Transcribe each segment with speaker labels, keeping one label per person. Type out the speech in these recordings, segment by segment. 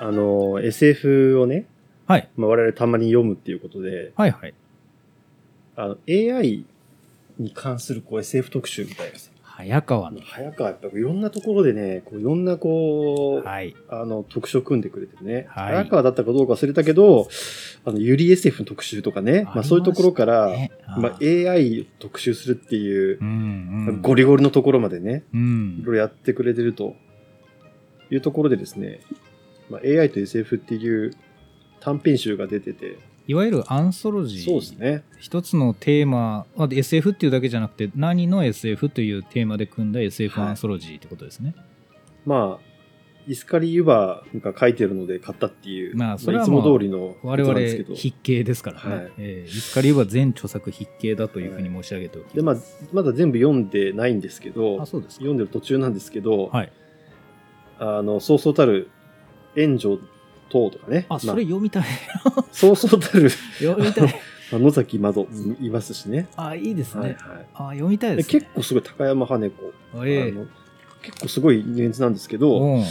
Speaker 1: あの、SF をね、
Speaker 2: はい。
Speaker 1: まあ、我々たまに読むっていうことで、
Speaker 2: はいはい。
Speaker 1: あの、AI に関するこう SF 特集みたいなさ、
Speaker 2: 早川
Speaker 1: も
Speaker 2: の
Speaker 1: う。早川やっぱいろんなところでね、こういろんなこう、
Speaker 2: はい。
Speaker 1: あの、特集を組んでくれてるね。
Speaker 2: はい
Speaker 1: 早川だったかどうか忘れたけど、あの、ゆり SF の特集とかね、まあそういうところから、
Speaker 2: ね
Speaker 1: まあ、AI を特集するっていう
Speaker 2: う、んうん。
Speaker 1: ゴリゴリのところまでね、
Speaker 2: う
Speaker 1: い
Speaker 2: ん
Speaker 1: ろ。いろやってくれてるというところでですね、まあ、AI と SF っていう短編集が出てて、
Speaker 2: いわゆるアンソロジー。
Speaker 1: そうです。ね。
Speaker 2: 一つのテーマ、まあ、で SF っていうだけじゃなくて、何の SF というテーマで組んだ SF
Speaker 1: はい
Speaker 2: アンソロジーってことですね。
Speaker 1: まあ、イスカリ・ユバが書いてるので買ったっていう、
Speaker 2: まあそれは
Speaker 1: まあいつも通りの
Speaker 2: 我
Speaker 1: こと
Speaker 2: 々
Speaker 1: なんですけど。
Speaker 2: 筆形ですからね、
Speaker 1: はい
Speaker 2: えーイスカリウは全著作筆形だというふうに申し上げておきます、
Speaker 1: で、まあ、まだ全部読んでないんですけど
Speaker 2: あ、そうですか
Speaker 1: 読んでる途中なんですけど、
Speaker 2: はい
Speaker 1: あの、そうそうたる援助等とかね。
Speaker 2: あそれ
Speaker 1: ま
Speaker 2: 読 みたい
Speaker 1: あそうそうたる
Speaker 2: 読みたい
Speaker 1: まあ野崎窓いますしね。
Speaker 2: あいいですね、
Speaker 1: はいはい
Speaker 2: あ読みたい
Speaker 1: で
Speaker 2: ですね
Speaker 1: 結構すごい高山羽子。
Speaker 2: あええ
Speaker 1: あの結構すごいメンツなんですけど、
Speaker 2: うん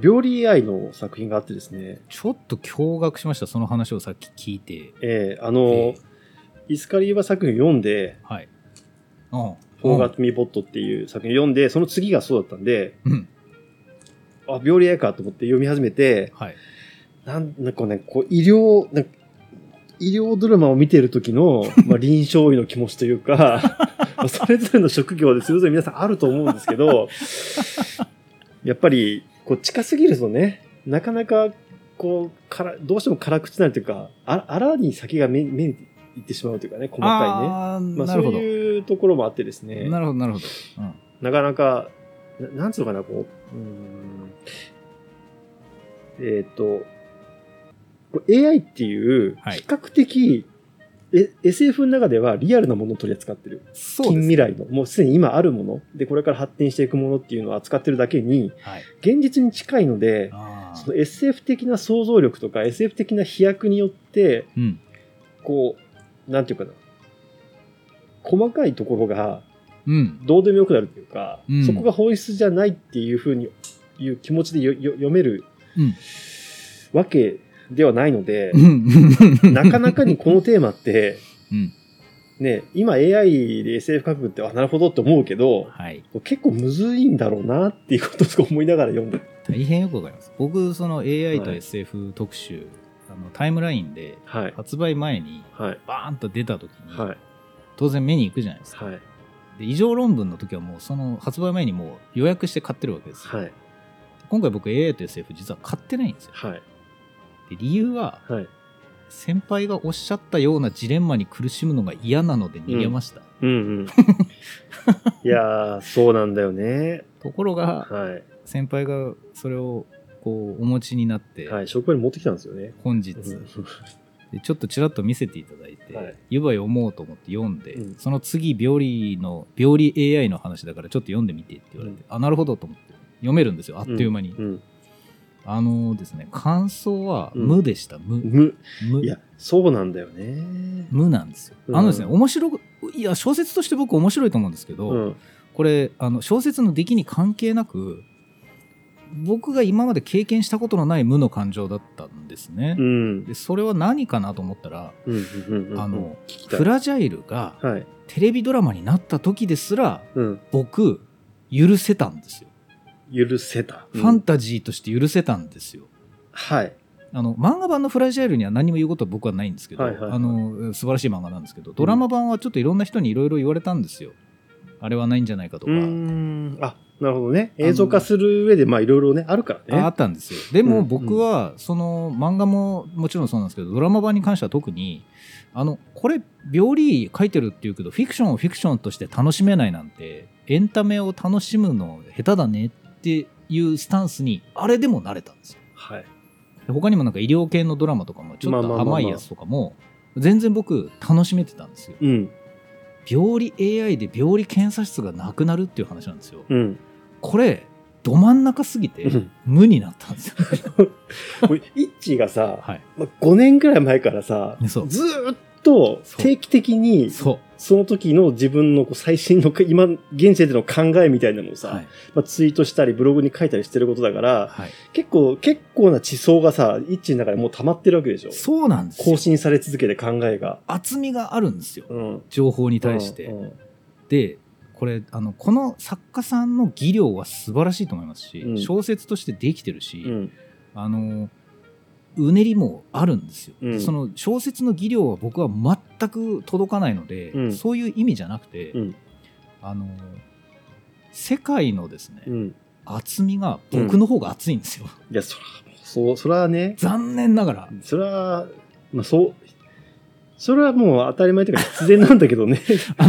Speaker 1: 病理 AI の作品があってですね、
Speaker 2: ちょっと驚愕しましたその話をさっき聞いて
Speaker 1: えーあの、
Speaker 2: ええ
Speaker 1: イスカリーバ作品読んで、
Speaker 2: はいうん
Speaker 1: フォーガットミーボットっていう作品読んで、その次がそうだったんで、
Speaker 2: うん
Speaker 1: あ、病理 AI かと思って読み始めて、
Speaker 2: はい
Speaker 1: なんなんかね、こう医療、なんか医療ドラマを見てる時 の、まあ、臨床医の気持ちというか、 まあそれぞれの職業でそれぞれ皆さんあると思うんですけど、やっぱり、こう近すぎるとね、なかなか、こう、から、どうしても辛口になるというか、あらに先が目、目にいってしまうというかね、細かいね。
Speaker 2: あー
Speaker 1: まあ
Speaker 2: な
Speaker 1: そう
Speaker 2: るほど、
Speaker 1: いうところもあってですね、
Speaker 2: な
Speaker 1: な
Speaker 2: るほどなるほど、うん
Speaker 1: かなか、ななんつうのかな、こう、うーんえっ、と、こう AI っていう、
Speaker 2: はい
Speaker 1: 比較的、え SF の中ではリアルなものを取り扱ってる。
Speaker 2: そう
Speaker 1: 近
Speaker 2: です
Speaker 1: 未来の、もうすでに今あるもの、で、これから発展していくものっていうのを扱ってるだけに、
Speaker 2: はい
Speaker 1: 現実に近いので、
Speaker 2: あ
Speaker 1: その
Speaker 2: ー
Speaker 1: SF 的な想像力とか SF 的な飛躍によって、
Speaker 2: うん
Speaker 1: こう、なんていうかな、細かいところが
Speaker 2: うん
Speaker 1: どうでもよくなるというか、
Speaker 2: うん
Speaker 1: そこが本質じゃないっていうふうにいう気持ちでよよ読める
Speaker 2: うん
Speaker 1: わけではないので
Speaker 2: う、ん
Speaker 1: なかなかにこのテーマって、
Speaker 2: うん
Speaker 1: ね、今 AI で SF 書くって、あ、なるほどって思うけど、
Speaker 2: はい
Speaker 1: 結構むずいんだろうなっていうことをすごい思いながら読んで
Speaker 2: 大変よくわかります僕その AI と
Speaker 1: はい
Speaker 2: SF 特集、あのタイムラインで
Speaker 1: はい。
Speaker 2: 発売前に
Speaker 1: はい。
Speaker 2: バーンと出た時に、
Speaker 1: はい。
Speaker 2: 当然目に行くじゃないですか、
Speaker 1: はい。
Speaker 2: で異常論文の時はもうその発売前にもう予約して買ってるわけですよ、
Speaker 1: はい。
Speaker 2: 今回僕 AI と SF 実は買ってないんですよ
Speaker 1: はい。
Speaker 2: で理由は
Speaker 1: はい。
Speaker 2: 先輩がおっしゃったようなジレンマに苦しむのが嫌なので逃げました、
Speaker 1: うん うん。いやー、そうなんだよね。
Speaker 2: ところが
Speaker 1: は
Speaker 2: 先輩がそれをこうお持ちになっ
Speaker 1: い。
Speaker 2: て
Speaker 1: はい。職場に持ってきたんですよね。
Speaker 2: 本日、でちょっとちらっと見せていただいて、
Speaker 1: はい
Speaker 2: 湯葉読もうと思って読んで、
Speaker 1: うん
Speaker 2: その次病理の病理 AI の話だからちょっと読んでみてって言われて、あなるほどと思って読めるんですよあっという間に、
Speaker 1: うん。
Speaker 2: あのですね感想は
Speaker 1: うん
Speaker 2: 無でした、無
Speaker 1: む、
Speaker 2: 無
Speaker 1: いや、そうなんだよね。
Speaker 2: 無なんですよ
Speaker 1: うん
Speaker 2: あのですね面白くいや小説として僕面白いと思うんですけど、
Speaker 1: うん。
Speaker 2: これあの小説の出来に関係なく僕が今まで経験したことのない無の感情だったんですね、
Speaker 1: うん。
Speaker 2: でそれは何かなと思ったら、
Speaker 1: うん。うんうん。
Speaker 2: あの
Speaker 1: 聞きたい
Speaker 2: フラジャイルが
Speaker 1: はい。
Speaker 2: テレビドラマになった時ですら
Speaker 1: うん。
Speaker 2: 僕許せたんですよ、
Speaker 1: 許せた。
Speaker 2: ファ
Speaker 1: う
Speaker 2: ン
Speaker 1: ん
Speaker 2: タジーとして許せたんですよ
Speaker 1: はい。
Speaker 2: あの漫画版の「フラジャイル」には何も言うことは僕はないんですけど、
Speaker 1: はいはいはい
Speaker 2: あの素晴らしい漫画なんですけどドラマ版はちょっといろんな人にいろいろ言われたんですよあれはないんじゃないかと
Speaker 1: う
Speaker 2: か、
Speaker 1: ーん。あ、なるほどね。映像化する上で、まあ、いろいろね、あるから
Speaker 2: ああ
Speaker 1: ね。
Speaker 2: ったんですよで
Speaker 1: う
Speaker 2: も
Speaker 1: ん
Speaker 2: 僕はその漫画ももちろんそうなんですけどドラマ版に関しては特にあのこれ病理書いてるっていうけどフィクションをフィクションとして楽しめないなんてエンタメを楽しむの下手だねっていうスタンスにあれでも慣れたんですよ
Speaker 1: はい。
Speaker 2: で他にもなんか医療系のドラマとかもちょっ
Speaker 1: まあまあ
Speaker 2: と
Speaker 1: まあまあ
Speaker 2: 甘いやつとかも全然僕楽しめてたんですよ
Speaker 1: うん。
Speaker 2: 病理 AI で病理検査室がなくなるっていう話なんですよ
Speaker 1: うん。
Speaker 2: これど真ん中すぎて
Speaker 1: うん
Speaker 2: 無になったんですよ
Speaker 1: これイッチーがさ、
Speaker 2: はい
Speaker 1: まあ、5年ぐらい前からさ、
Speaker 2: ね
Speaker 1: ず
Speaker 2: そう
Speaker 1: ーっと定期的に
Speaker 2: そう
Speaker 1: その時の自分のこう最新の、今、現世での考えみたいなのをさ、
Speaker 2: はい
Speaker 1: まあ、ツイートしたり、ブログに書いたりしてることだから、
Speaker 2: はい、
Speaker 1: 結構、結構な地層がさ、一致の中でもう溜まってるわけでしょ。
Speaker 2: そうなんです
Speaker 1: 更
Speaker 2: よ
Speaker 1: 新され続けて考えが。
Speaker 2: 厚みがあるんですよ
Speaker 1: うん。
Speaker 2: 情報に対して、
Speaker 1: うんうん
Speaker 2: でこれあのこの作家さんの技量は素晴らしいと思いますし、
Speaker 1: うん
Speaker 2: 小説としてできてるし、
Speaker 1: うん。
Speaker 2: あのうねりもあるんですよ、
Speaker 1: うん
Speaker 2: その小説の技量は僕は全く届かないので、
Speaker 1: うん
Speaker 2: そういう意味じゃなくて、
Speaker 1: うん
Speaker 2: あの世界のですね、
Speaker 1: うん。
Speaker 2: 厚みが僕の方が厚いんですよ、
Speaker 1: いや、そら、そう、そらね、
Speaker 2: 残念ながら
Speaker 1: それは、まあそう、それはもう当たり前というか必然なんだけど ね。
Speaker 2: あ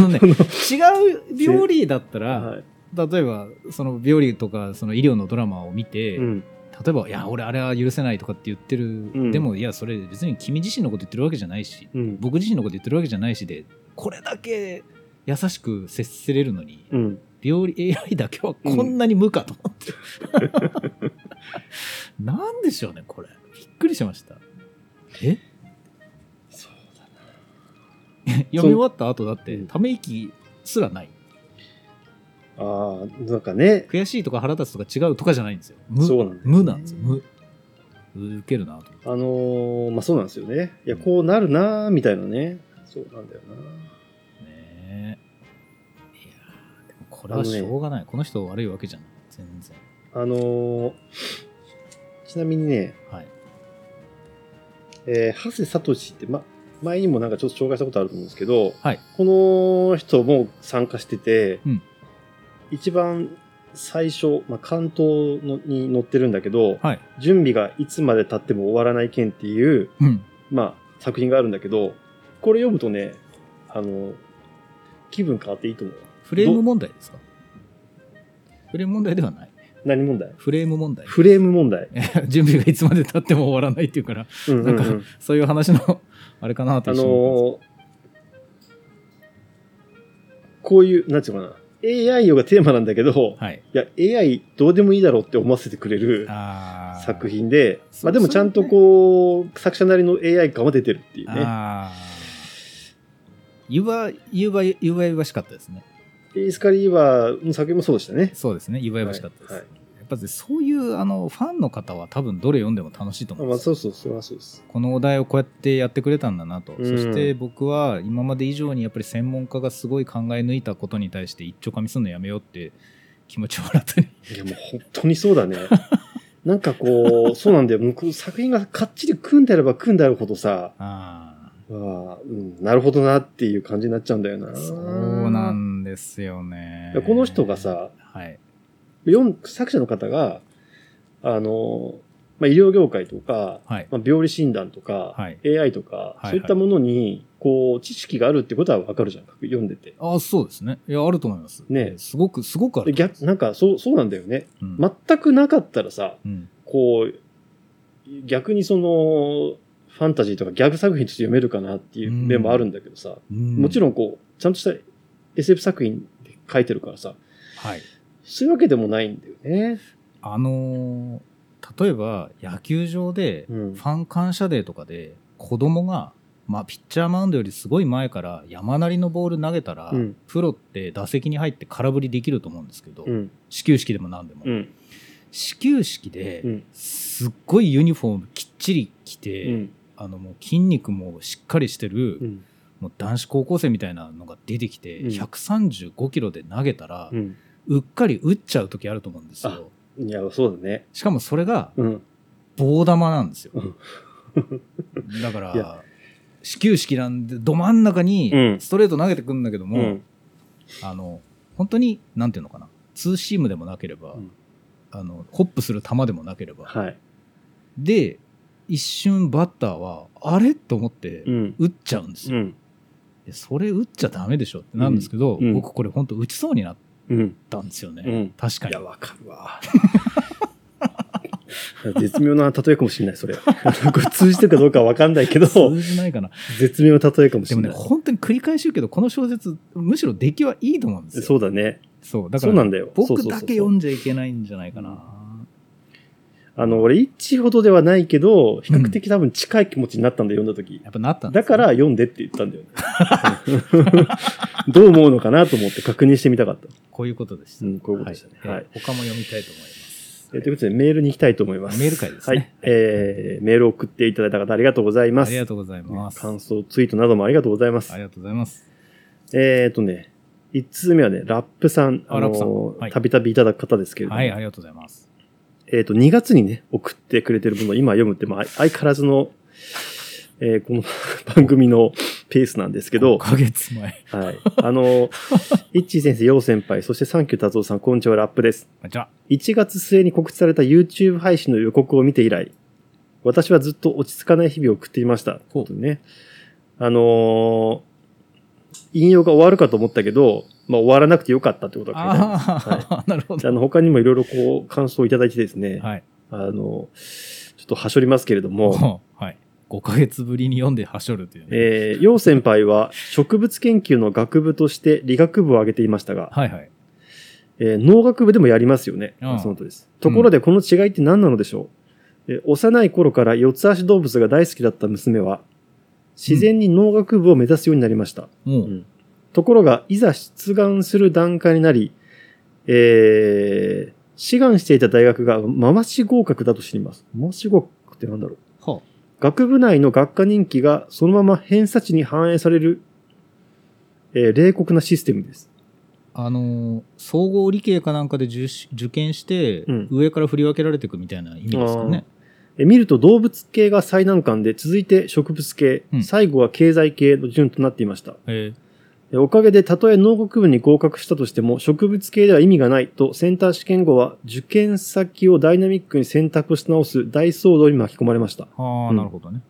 Speaker 2: のね
Speaker 1: その
Speaker 2: 違う病理だったら、
Speaker 1: はい
Speaker 2: 例えばその病理とかその医療のドラマを見て、
Speaker 1: うん。
Speaker 2: 例えば「いや俺あれは許せない」とかって言ってる、
Speaker 1: うん
Speaker 2: でもいやそれ別に君自身のこと言ってるわけじゃないし
Speaker 1: うん。
Speaker 2: 僕自身のこと言ってるわけじゃないしでこれだけ優しく接せれるのに
Speaker 1: うん。
Speaker 2: 病理 AI だけはこんなに無かと思って、 なんでしょうねこれびっくりしましたえ
Speaker 1: そうだな。
Speaker 2: 読み終わった後だって
Speaker 1: うん
Speaker 2: ため息すらない
Speaker 1: ああ、なんかね、
Speaker 2: 悔しいとか腹立つとか違うとかじゃないんですよ無
Speaker 1: そうなんだよね
Speaker 2: 無なんですよ無受けるなと思って
Speaker 1: あのーまあそうなんですよね。いや、こうなるなーみたいなね。そうなんだよな。
Speaker 2: ねえいやーでもこれはしょうがない、この人悪いわけじゃない全然
Speaker 1: あのーちなみにね、
Speaker 2: はい
Speaker 1: えー、長谷聡って、ま、前にもなんかちょっと紹介したことあると思うんですけど、
Speaker 2: はい
Speaker 1: この人も参加してて、
Speaker 2: うん
Speaker 1: 一番最初、まあ、関東のに載ってるんだけど、
Speaker 2: はい
Speaker 1: 準備がいつまで経っても終わらない件っていう、
Speaker 2: うん
Speaker 1: まあ、作品があるんだけど、これ読むとね、あの、気分変わっていいと思う。
Speaker 2: フレーム問題ですかフレーム問題ではない
Speaker 1: 何問題
Speaker 2: フレーム問 題
Speaker 1: フレーム問題。
Speaker 2: 準備がいつまで経っても終わらないっていうから
Speaker 1: うんうんうん
Speaker 2: なんそういう話のあれかなと
Speaker 1: あ
Speaker 2: 一
Speaker 1: の
Speaker 2: 瞬思っ
Speaker 1: ーこういう、なんていうのかな。AI がテーマなんだけど、
Speaker 2: たんです
Speaker 1: いや、AI どうでもいいだろうって思わせてくれる
Speaker 2: はいあー
Speaker 1: 作品で、
Speaker 2: そ
Speaker 1: まあでもちゃんとこう、作者なりの AI 感は出てるっていうね。
Speaker 2: あー言うば言うば言うば言わしかったですね
Speaker 1: イースカリーは、うん作品もそうでしたね。
Speaker 2: そうですね言うば言わしかったです、
Speaker 1: はいは
Speaker 2: やっぱりそういうあのファンの方は多分どれ読んでも楽しいと
Speaker 1: あ
Speaker 2: 思うん
Speaker 1: まあ
Speaker 2: ですよ
Speaker 1: そうそう、それはそうです。
Speaker 2: このお題をこうやってやってくれたんだなと、
Speaker 1: うん
Speaker 2: そして僕は今まで以上にやっぱり専門家がすごい考え抜いたことに対して一丁かみすんのやめようって気持ちを新たに
Speaker 1: いやもう本当にそうだ ね。なんかこう、そうなんだよ。もうこう作品がかっちり組んであれば組んであるほどさ、
Speaker 2: あ
Speaker 1: あーうん、なるほどなっていう感じになっちゃうんだよな。
Speaker 2: あそうなんですよね
Speaker 1: いやこの人がさ、
Speaker 2: はい
Speaker 1: 読ん作者の方が、あの、まあ、医療業界とか、
Speaker 2: はい
Speaker 1: まあ、病理診断とか、
Speaker 2: はい
Speaker 1: AI とか、
Speaker 2: はい
Speaker 1: そういったものに、こう、知識があるってことはわかるじゃん、読んでて。
Speaker 2: ああそうですねいやあると思います
Speaker 1: ねえ
Speaker 2: すごくすごくあ
Speaker 1: で
Speaker 2: ると思いま
Speaker 1: 逆、なんか、そう、そうなんだよね。
Speaker 2: すうん
Speaker 1: 全くなかったらさ、
Speaker 2: うん
Speaker 1: こう、逆にその、ファンタジーとかギャグ作品として読めるかなっていう面もあるんだけどさ、
Speaker 2: うん
Speaker 1: もちろ
Speaker 2: ん
Speaker 1: んこう、ちゃんとした SF 作品で書いてるからさ、
Speaker 2: はい
Speaker 1: そういうわけでもないんだよね。
Speaker 2: あのー例えば野球場で
Speaker 1: う
Speaker 2: フ
Speaker 1: ん
Speaker 2: ァン感謝デーとかで子供がまあピッチャーマウンドよりすごい前から山なりのボール投げたら、
Speaker 1: うん
Speaker 2: プロって打席に入って空振りできると思うんですけど、
Speaker 1: うん。
Speaker 2: 始球式でも何でも、
Speaker 1: うん。
Speaker 2: 始球式で
Speaker 1: うん
Speaker 2: すっごいユニフォームきっちり着て、
Speaker 1: うん。
Speaker 2: あのもう筋肉もしっかりしてる、
Speaker 1: うん。
Speaker 2: もう男子高校生みたいなのが出てきて、
Speaker 1: うん
Speaker 2: 135キロで投げたら、
Speaker 1: う。
Speaker 2: うんっかり打っちゃう時あると思うんですよ
Speaker 1: いや、そうだね。
Speaker 2: しかもそれが
Speaker 1: うん。
Speaker 2: 棒玉なんですよ
Speaker 1: うん
Speaker 2: だか
Speaker 1: い
Speaker 2: ら
Speaker 1: や
Speaker 2: 始球式なんでど真ん中
Speaker 1: う
Speaker 2: に
Speaker 1: ん
Speaker 2: ストレート投げてくるんだけども、
Speaker 1: うん。
Speaker 2: あの本当になんていうのかなツーシームでもなければ、
Speaker 1: うん
Speaker 2: あのホップする球でもなければ、
Speaker 1: はい。
Speaker 2: で一瞬バッターはあれと思って
Speaker 1: うん。
Speaker 2: 打っちゃうんです
Speaker 1: う
Speaker 2: よ、
Speaker 1: ん。
Speaker 2: でそれ打っちゃダメでしょってなるんですけど、
Speaker 1: うんうん
Speaker 2: 僕これ本当打ちそうになっ
Speaker 1: うん。
Speaker 2: たんですよね、
Speaker 1: うん
Speaker 2: 確か
Speaker 1: い
Speaker 2: に
Speaker 1: や、わかるわ。 絶妙な例えかもしれない、それ。 これ通じてるかどうかはわかんないけど、
Speaker 2: 通じないかな
Speaker 1: 絶妙な例えかもし
Speaker 2: で
Speaker 1: れ
Speaker 2: も
Speaker 1: ない。
Speaker 2: ね本当に繰り返し言うけどこの小説むしろ出来はいいと思うんですよ
Speaker 1: そうだね。
Speaker 2: そうだか
Speaker 1: そ
Speaker 2: ら
Speaker 1: うなんだよ。そう
Speaker 2: 僕
Speaker 1: そうそう
Speaker 2: だ
Speaker 1: そう
Speaker 2: け読んじゃいけないんじゃないかな
Speaker 1: あの、俺、一致ほどではないけど、比較的多分近い気持ちになったんだよ、読んだ時。
Speaker 2: やっぱなったんで
Speaker 1: だ
Speaker 2: すね
Speaker 1: から読んでって言ったんだよね。 どう思うのかなと思って確認してみたかった。
Speaker 2: こういうことでした。
Speaker 1: うん、こういうことでしたね。はい。
Speaker 2: えー他も読みたいと思います。
Speaker 1: えーということで、メールに行きたいと思います。
Speaker 2: メール会です
Speaker 1: はい
Speaker 2: ね。。
Speaker 1: えー、メールを送っていただいた方ありがとうございま
Speaker 2: あ
Speaker 1: す。
Speaker 2: りがとうございます。
Speaker 1: 感想、ツイートなどもありがとうございます
Speaker 2: あ。りがとうございます。
Speaker 1: えっ、とね、一通目はね、ラップさん、
Speaker 2: あ
Speaker 1: の
Speaker 2: ラップさんはい
Speaker 1: たびたびいただく方ですけれども、
Speaker 2: はい、ありがとうございます。
Speaker 1: えっ、と、2月にね、送ってくれてるものを今読むって、まあ、相変わらずの、えーこの 番組のペースなんですけど
Speaker 2: 5、ヶ 月前。
Speaker 1: はい。あの、イッチー先生、ヨウ先輩、そしてサンキュー達夫さん、こんにちは、ラップです。
Speaker 2: じゃあ、
Speaker 1: 1月末に告知された YouTube 配信の予告を見て以来、私はずっと落ち着かない日々を送っていました。
Speaker 2: ほう
Speaker 1: というね。あのー引用が終わるかと思ったけど、まあ終わらなくてよかったってことが書いてあります
Speaker 2: ああ、 なるほ
Speaker 1: で
Speaker 2: ど。
Speaker 1: あの、他にもいろいろこう、感想をいただいてですね、
Speaker 2: はい。
Speaker 1: あの、ちょっとはしょりますけれども、
Speaker 2: はい。5ヶ月ぶりに読んではしょるというね。
Speaker 1: えー、楊先輩は植物研究の学部として理学部を挙げていましたが、
Speaker 2: はいはい。
Speaker 1: えー農学部でもやりますよね。
Speaker 2: うん
Speaker 1: そのとです。ところで、この違いって何なのでしょう、えー幼い頃から四つ足動物が大好きだった娘は、自然に農学部を目指すようになりました。
Speaker 2: も
Speaker 1: う
Speaker 2: う、
Speaker 1: んところが、いざ出願する段階になり、えー、志願していた大学が回し合格だと知ります。回し合格って何だろう
Speaker 2: は
Speaker 1: 学部内の学科人気がそのまま偏差値に反映される、えー冷酷なシステムです。
Speaker 2: あのー総合理系かなんかで受し受験して、
Speaker 1: うん
Speaker 2: 上から振り分けられていくみたいな意味ですかね。
Speaker 1: え見ると動物系が最難関で、続いて植物系、
Speaker 2: うん
Speaker 1: 最後は経済系の順となっていました。
Speaker 2: えー
Speaker 1: えおかげで、たとえ農学部に合格したとしても、植物系では意味がないと、センター試験後は受験先をダイナミックに選択し直す大騒動に巻き込まれました。
Speaker 2: はあ、
Speaker 1: うん
Speaker 2: なるほどね。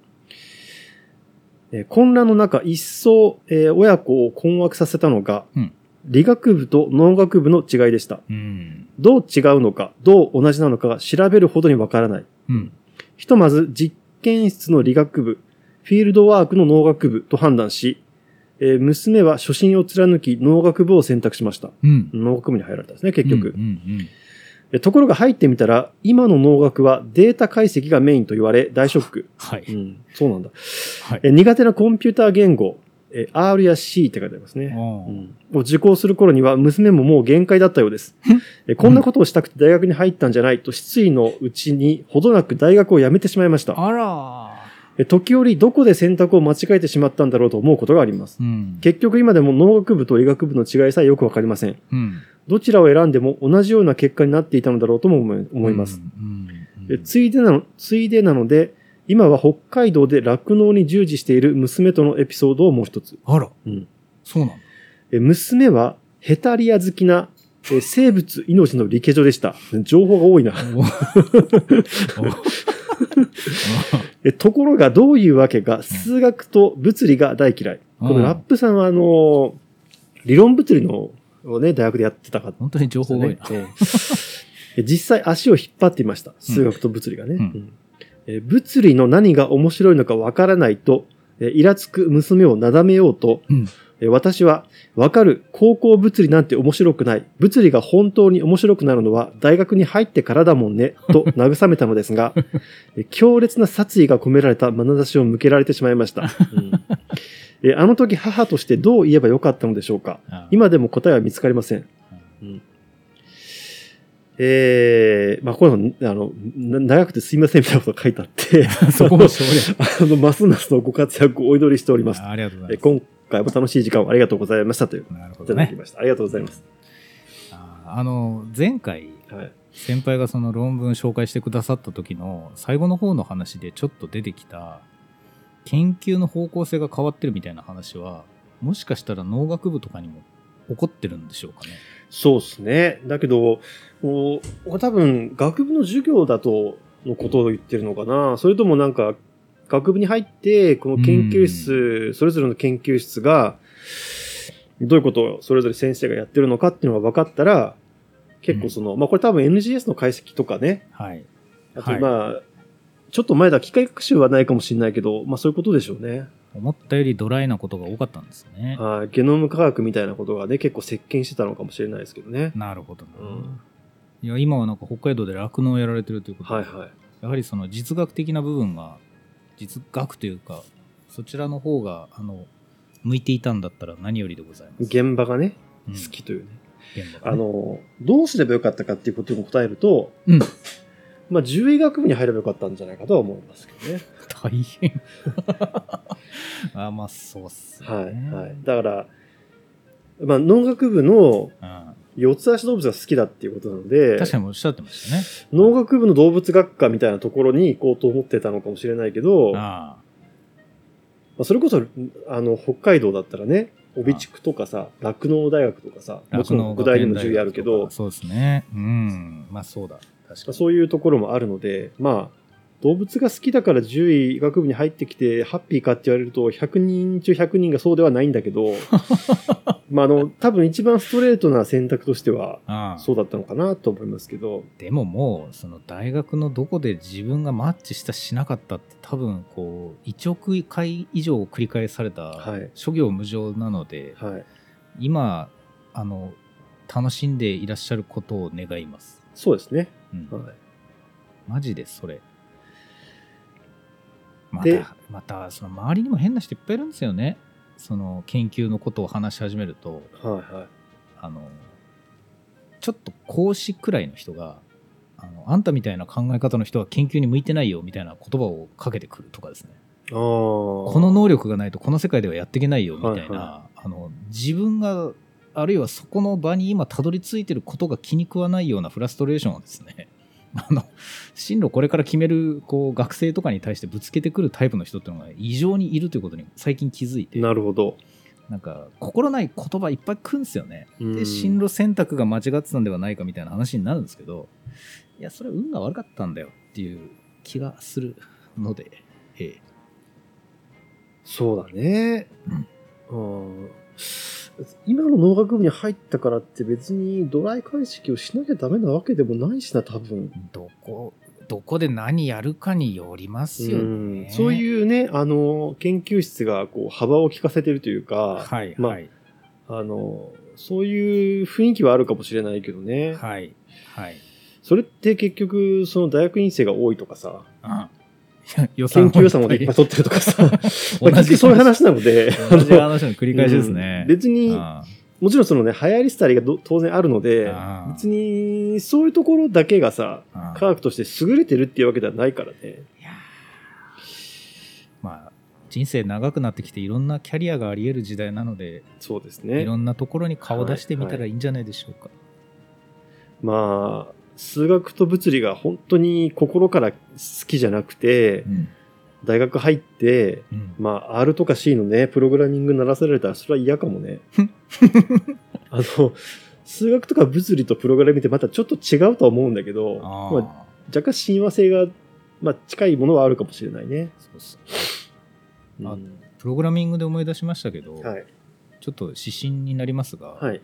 Speaker 1: えー混乱の中、一層、えー親子を困惑させたのが、
Speaker 2: うん
Speaker 1: 理学部と農学部の違いでした。
Speaker 2: うん。
Speaker 1: どう違うのか、どう同じなのかが調べるほどにわからない。
Speaker 2: うん。
Speaker 1: ひとまず実験室の理学部、フィールドワークの農学部と判断し、えー娘は初心を貫き農学部を選択しました。
Speaker 2: うん。
Speaker 1: 農学部に入られたんですね、結局
Speaker 2: う。んうん
Speaker 1: えところが入ってみたら、今の農学はデータ解析がメインと言われ、大ショック。。
Speaker 2: はいう
Speaker 1: ん、そうなんだ。
Speaker 2: はい。
Speaker 1: え苦手なコンピューター言語、え R や C って書いてありますね。
Speaker 2: ああ
Speaker 1: うんを受講する頃には娘ももう限界だったようです。えこんなことをしたくて大学に入ったんじゃないと失意のうちにほどなく大学を辞めてしまいました。
Speaker 2: あら
Speaker 1: え時折どこで選択を間違えてしまったんだろうと思うことがあります。
Speaker 2: うん。
Speaker 1: 結局今でも農学部と医学部の違いさえよくわかりません。
Speaker 2: うん。
Speaker 1: どちらを選んでも同じような結果になっていたのだろうとも思い思います。
Speaker 2: うん。うん
Speaker 1: えついでなの、ついでなので、今は北海道で酪農に従事している娘とのエピソードをもう一つ。
Speaker 2: あら、
Speaker 1: うん
Speaker 2: そ うなんだ。
Speaker 1: え娘はヘタリア好きなえ生物命の理系女でした。情報が多いな。
Speaker 2: おお
Speaker 1: えところがどういうわけか、数学と物理が大嫌い。
Speaker 2: うん
Speaker 1: このラップさんは、あの、理論物理のをね、大学でやってたかった
Speaker 2: 本当に情報が多い
Speaker 1: ね
Speaker 2: な。。
Speaker 1: ええ 実際足を引っ張っていました。数学と物理がね。
Speaker 2: うん
Speaker 1: うんえ物理の何が面白いのかわからないと、えイラつく娘をなだめようと、
Speaker 2: うん
Speaker 1: え私は、わかる、高校物理なんて面白くない。物理が本当に面白くなるのは大学に入ってからだもんね、 と慰めたのですが、え強烈な殺意が込められた眼差しを向けられてしまいました。 うんえあの時母としてどう言えばよかったのでしょうか。
Speaker 2: あ
Speaker 1: 今でも答えは見つかりません。うんえー、まあ、こういうの、あの、な長くてすいませんみたいなことが書いてあって、
Speaker 2: そこも省 略。
Speaker 1: あの、ますますのご活躍をお祈りしております。
Speaker 2: あありがとうござ
Speaker 1: え
Speaker 2: い
Speaker 1: ー今回も楽しい時間をありがとうございましたという、
Speaker 2: ます。なるほ
Speaker 1: い
Speaker 2: ど
Speaker 1: ただき
Speaker 2: ね。
Speaker 1: ました。ありがとうございます。
Speaker 2: ああの、前回、
Speaker 1: はい。
Speaker 2: 先輩がその論文紹介してくださった時の最後の方の話でちょっと出てきた研究の方向性が変わってるみたいな話はもしかしたら農学部とかにも起こってるんでしょうかね。
Speaker 1: そうですね。だけど、もう、これ多分、学部の授業だと、のことを言ってるのかな。それともなんか、学部に入って、この研究室、それぞれの研究室が、どういうことをそれぞれ先生がやってるのかっていうのが分かったら、結構その、まあこれ多分 NGS の解析とかね、
Speaker 2: はい。
Speaker 1: あと
Speaker 2: はい
Speaker 1: まあ、ちょっと前だ、機械学習はないかもしれないけど、まあそういうことでしょうね。
Speaker 2: 思ったよりドライなことが多かったんですね。
Speaker 1: はい。ゲノム科学みたいなことがね、結構席巻してたのかもしれないですけどね。
Speaker 2: なるほどな、
Speaker 1: うん
Speaker 2: いや今はなんか北海道で酪農をやられてるということで、
Speaker 1: はいはい。
Speaker 2: やはりその実学的な部分が実学というかそちらの方があの向いていたんだったら何よりでございます、
Speaker 1: 現場がね、
Speaker 2: うん
Speaker 1: 好きというね。
Speaker 2: 現場
Speaker 1: あの、どうすればよかったかっていうことに答えると、
Speaker 2: うん
Speaker 1: まあ、獣医学部に入ればよかったんじゃないかとは思いますけどね。
Speaker 2: 大変あまあそうっすね
Speaker 1: はい。はい。だから、まあ、農学部の四つ足動物が好きだっていうことなの
Speaker 2: う
Speaker 1: で
Speaker 2: ん、確かにおっしゃってましたね
Speaker 1: 農学部の動物学科みたいなところに行こうと思ってたのかもしれないけど、ま
Speaker 2: あ
Speaker 1: あ、それこそ、あの、北海道だったらね、帯地区とかさ、酪農大学とかさ、
Speaker 2: あ
Speaker 1: もちろん北大にも獣医あるけ
Speaker 2: 酪農
Speaker 1: ど
Speaker 2: 学園大学とか、そうですねうんまあそうだ確か
Speaker 1: まあ
Speaker 2: に
Speaker 1: そういうところもあるので、まあ、動物が好きだから獣医学部に入ってきてハッピーかって言われると100人中100人がそうではないんだけ ど、まああの、多分一番ストレートな選択としては
Speaker 2: ああ
Speaker 1: そうだったのかなと思いますけど、
Speaker 2: でももうその大学のどこで自分がマッチしたしなかったって多分こう1億回以上繰り返された
Speaker 1: はい
Speaker 2: 諸行無常なので、
Speaker 1: はい。
Speaker 2: 今あの楽しんでいらっしゃることを願います、
Speaker 1: そうですね。
Speaker 2: うん
Speaker 1: はい、
Speaker 2: マジでそれま
Speaker 1: で
Speaker 2: たまたその周りにも変な人いっぱいいるんですよねその研究のことを話し始めると
Speaker 1: はい、はい。
Speaker 2: あのちょっと講師くらいの人があのあんたみたいな考え方の人は研究に向いてないよみたいな言葉をかけてくるとかですね
Speaker 1: ああ。こ
Speaker 2: この能力がないとこの世界ではやっていけないよみたいな、
Speaker 1: はい
Speaker 2: あの自分があるいはそこの場に今たどり着いてることが気に食わないようなフラストレーションをですね あの進路これから決めるこう学生とかに対してぶつけてくるタイプの人っていうのが異常にいるということに最近気づいて
Speaker 1: なるほど。
Speaker 2: なんか心ない言葉いっぱい来るんですよね。
Speaker 1: う
Speaker 2: で
Speaker 1: ん
Speaker 2: 進路選択が間違ってたんではないかみたいな話になるんですけどいやそれは運が悪かったんだよっていう気がするので、ええ
Speaker 1: そうだね。うん今の農学部に入ったからって別にドライ解析をしなきゃダメなわけでもないしな、多分。
Speaker 2: どこどこで何やるかによりますよ
Speaker 1: うん
Speaker 2: ね。
Speaker 1: そう
Speaker 2: う
Speaker 1: いうね、あの、研究室がこう幅を利かせてるというか、
Speaker 2: はい
Speaker 1: まあ
Speaker 2: はい
Speaker 1: あの、そういう雰囲気はあるかもしれないけどね。
Speaker 2: はいはい。
Speaker 1: それって結局、その大学院生が多いとかさ、
Speaker 2: うん予
Speaker 1: 研
Speaker 2: 算
Speaker 1: 究予算をいっぱい取ってるとか さ、まあ結局そういう話なので、
Speaker 2: 同じ話の繰り返しです
Speaker 1: う
Speaker 2: ね
Speaker 1: ん。別に、
Speaker 2: あ
Speaker 1: もちろんそのね、流行り廃りがど当然あるので
Speaker 2: あ、ー
Speaker 1: 別にそういうところだけがさ、
Speaker 2: あ
Speaker 1: 科学として優れてるっていうわけではないからね。
Speaker 2: いやーまあ人生長くなってきていろんなキャリアがあり得る時代なので
Speaker 1: そうです
Speaker 2: い
Speaker 1: ね。
Speaker 2: ろんなところに顔出してみた
Speaker 1: はい
Speaker 2: らいいんじゃないでしょうか、
Speaker 1: まあ、数学と物理が本当に心から好きじゃなくて、
Speaker 2: うん
Speaker 1: 大学入って、
Speaker 2: うん
Speaker 1: まあ、R とか C のね、プログラミング鳴らされたらそれは嫌かも ね。あの、数学とか物理とプログラミングってまたちょっと違うとは思うんだけど、
Speaker 2: あ
Speaker 1: ま
Speaker 2: ー
Speaker 1: あ、若干親和性が、まあ、近いものはあるかもしれないね。
Speaker 2: そうっす
Speaker 1: うん
Speaker 2: あプログラミングで思い出しましたけど、
Speaker 1: はい。
Speaker 2: ちょっと指針になりますが、
Speaker 1: はい。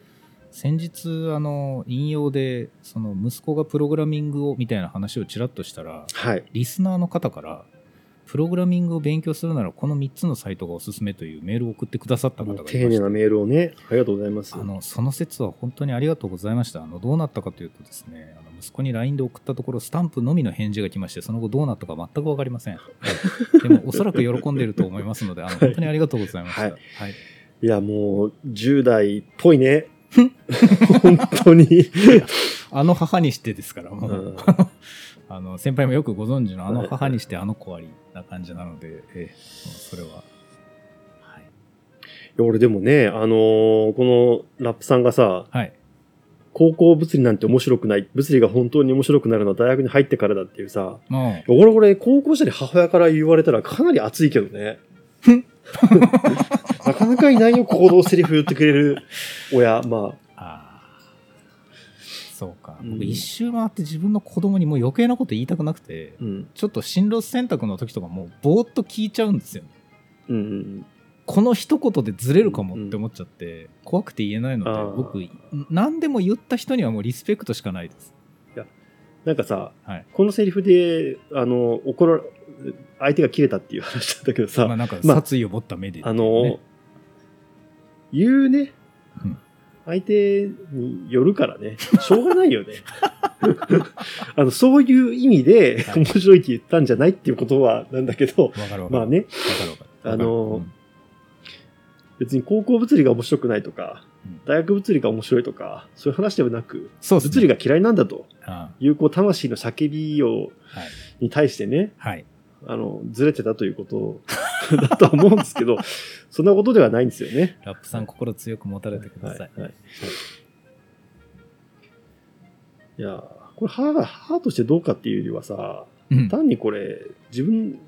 Speaker 2: 先日あの引用でその息子がプログラミングをみたいな話をちらっとしたら
Speaker 1: はい。
Speaker 2: リスナーの方からプログラミングを勉強するならこの3つのサイトがおすすめというメールを送ってくださった方
Speaker 1: も
Speaker 2: がいうま
Speaker 1: 丁寧
Speaker 2: した
Speaker 1: なメールをね、ありがとうございます。
Speaker 2: あのその説は本当にありがとうございましたあのどうなったかというとですねあの息子に LINE で送ったところスタンプのみの返事が来ましてその後どうなったか全く分かりませんでもおそらく喜んでいると思いますのであの本当にありがとうございました、
Speaker 1: はい
Speaker 2: はい
Speaker 1: いや、もう、10代っぽい ね。本当に。
Speaker 2: あの母にしてですからもう、
Speaker 1: うん
Speaker 2: あの先輩もよくご存知のあの母にしてあの子ありな感じなので、ええそれは、はい、
Speaker 1: いや俺でもね、あのーこのラップさんがさ、
Speaker 2: はい
Speaker 1: 高校物理なんて面白くない、物理が本当に面白くなるのは大学に入ってからだっていうさ、
Speaker 2: もう
Speaker 1: 俺これ高校時代に母親から言われたらかなり熱いけどね。なかなかいないよ、行動セリフ言ってくれる親。ま
Speaker 2: ああそうか
Speaker 1: うん
Speaker 2: 僕一周回って自分の子供にもう余計なこと言いたくなくて
Speaker 1: あ、うん。
Speaker 2: ちょっと進路選択の時とかもうぼーっと聞いちゃうんですよ
Speaker 1: うんうん
Speaker 2: この一言でずれるかもって思っちゃって、怖くて言えない
Speaker 1: あ
Speaker 2: の
Speaker 1: ー
Speaker 2: で僕何でも言った人にはもうリスペクトしかないです
Speaker 1: なんかさ、
Speaker 2: はい
Speaker 1: このセリフで、あの、怒ら、相手が切れたっていう話だったけどさ、
Speaker 2: まあなんか
Speaker 1: まあ
Speaker 2: 殺意を持った目で、
Speaker 1: あの、言うね、
Speaker 2: うん
Speaker 1: 相手によるからね、しょうがないよね。 あの、そういう意味で
Speaker 2: はい
Speaker 1: 面白いって言ったんじゃないっていうことはなんだけど、
Speaker 2: わかるわかる。
Speaker 1: まあね、
Speaker 2: わかるわかる。
Speaker 1: あの
Speaker 2: うん
Speaker 1: 別に高校物理が面白くないとか
Speaker 2: うん、
Speaker 1: 大学物理が面白いとか、そういう話ではなく、
Speaker 2: そうっすね
Speaker 1: 物理が嫌いなんだと
Speaker 2: あ
Speaker 1: いう、こう、魂の叫びを、
Speaker 2: はい
Speaker 1: に対してね、
Speaker 2: はい。
Speaker 1: あの、ずれてたということだとは思うんですけど、そんなことではないんですよね。
Speaker 2: ラップさん、心強く持たれてくだ
Speaker 1: はい。
Speaker 2: さい。
Speaker 1: はい、いやーこれ歯が、歯としてどうかっていうよりはさ、
Speaker 2: うん
Speaker 1: 単にこれ、自分、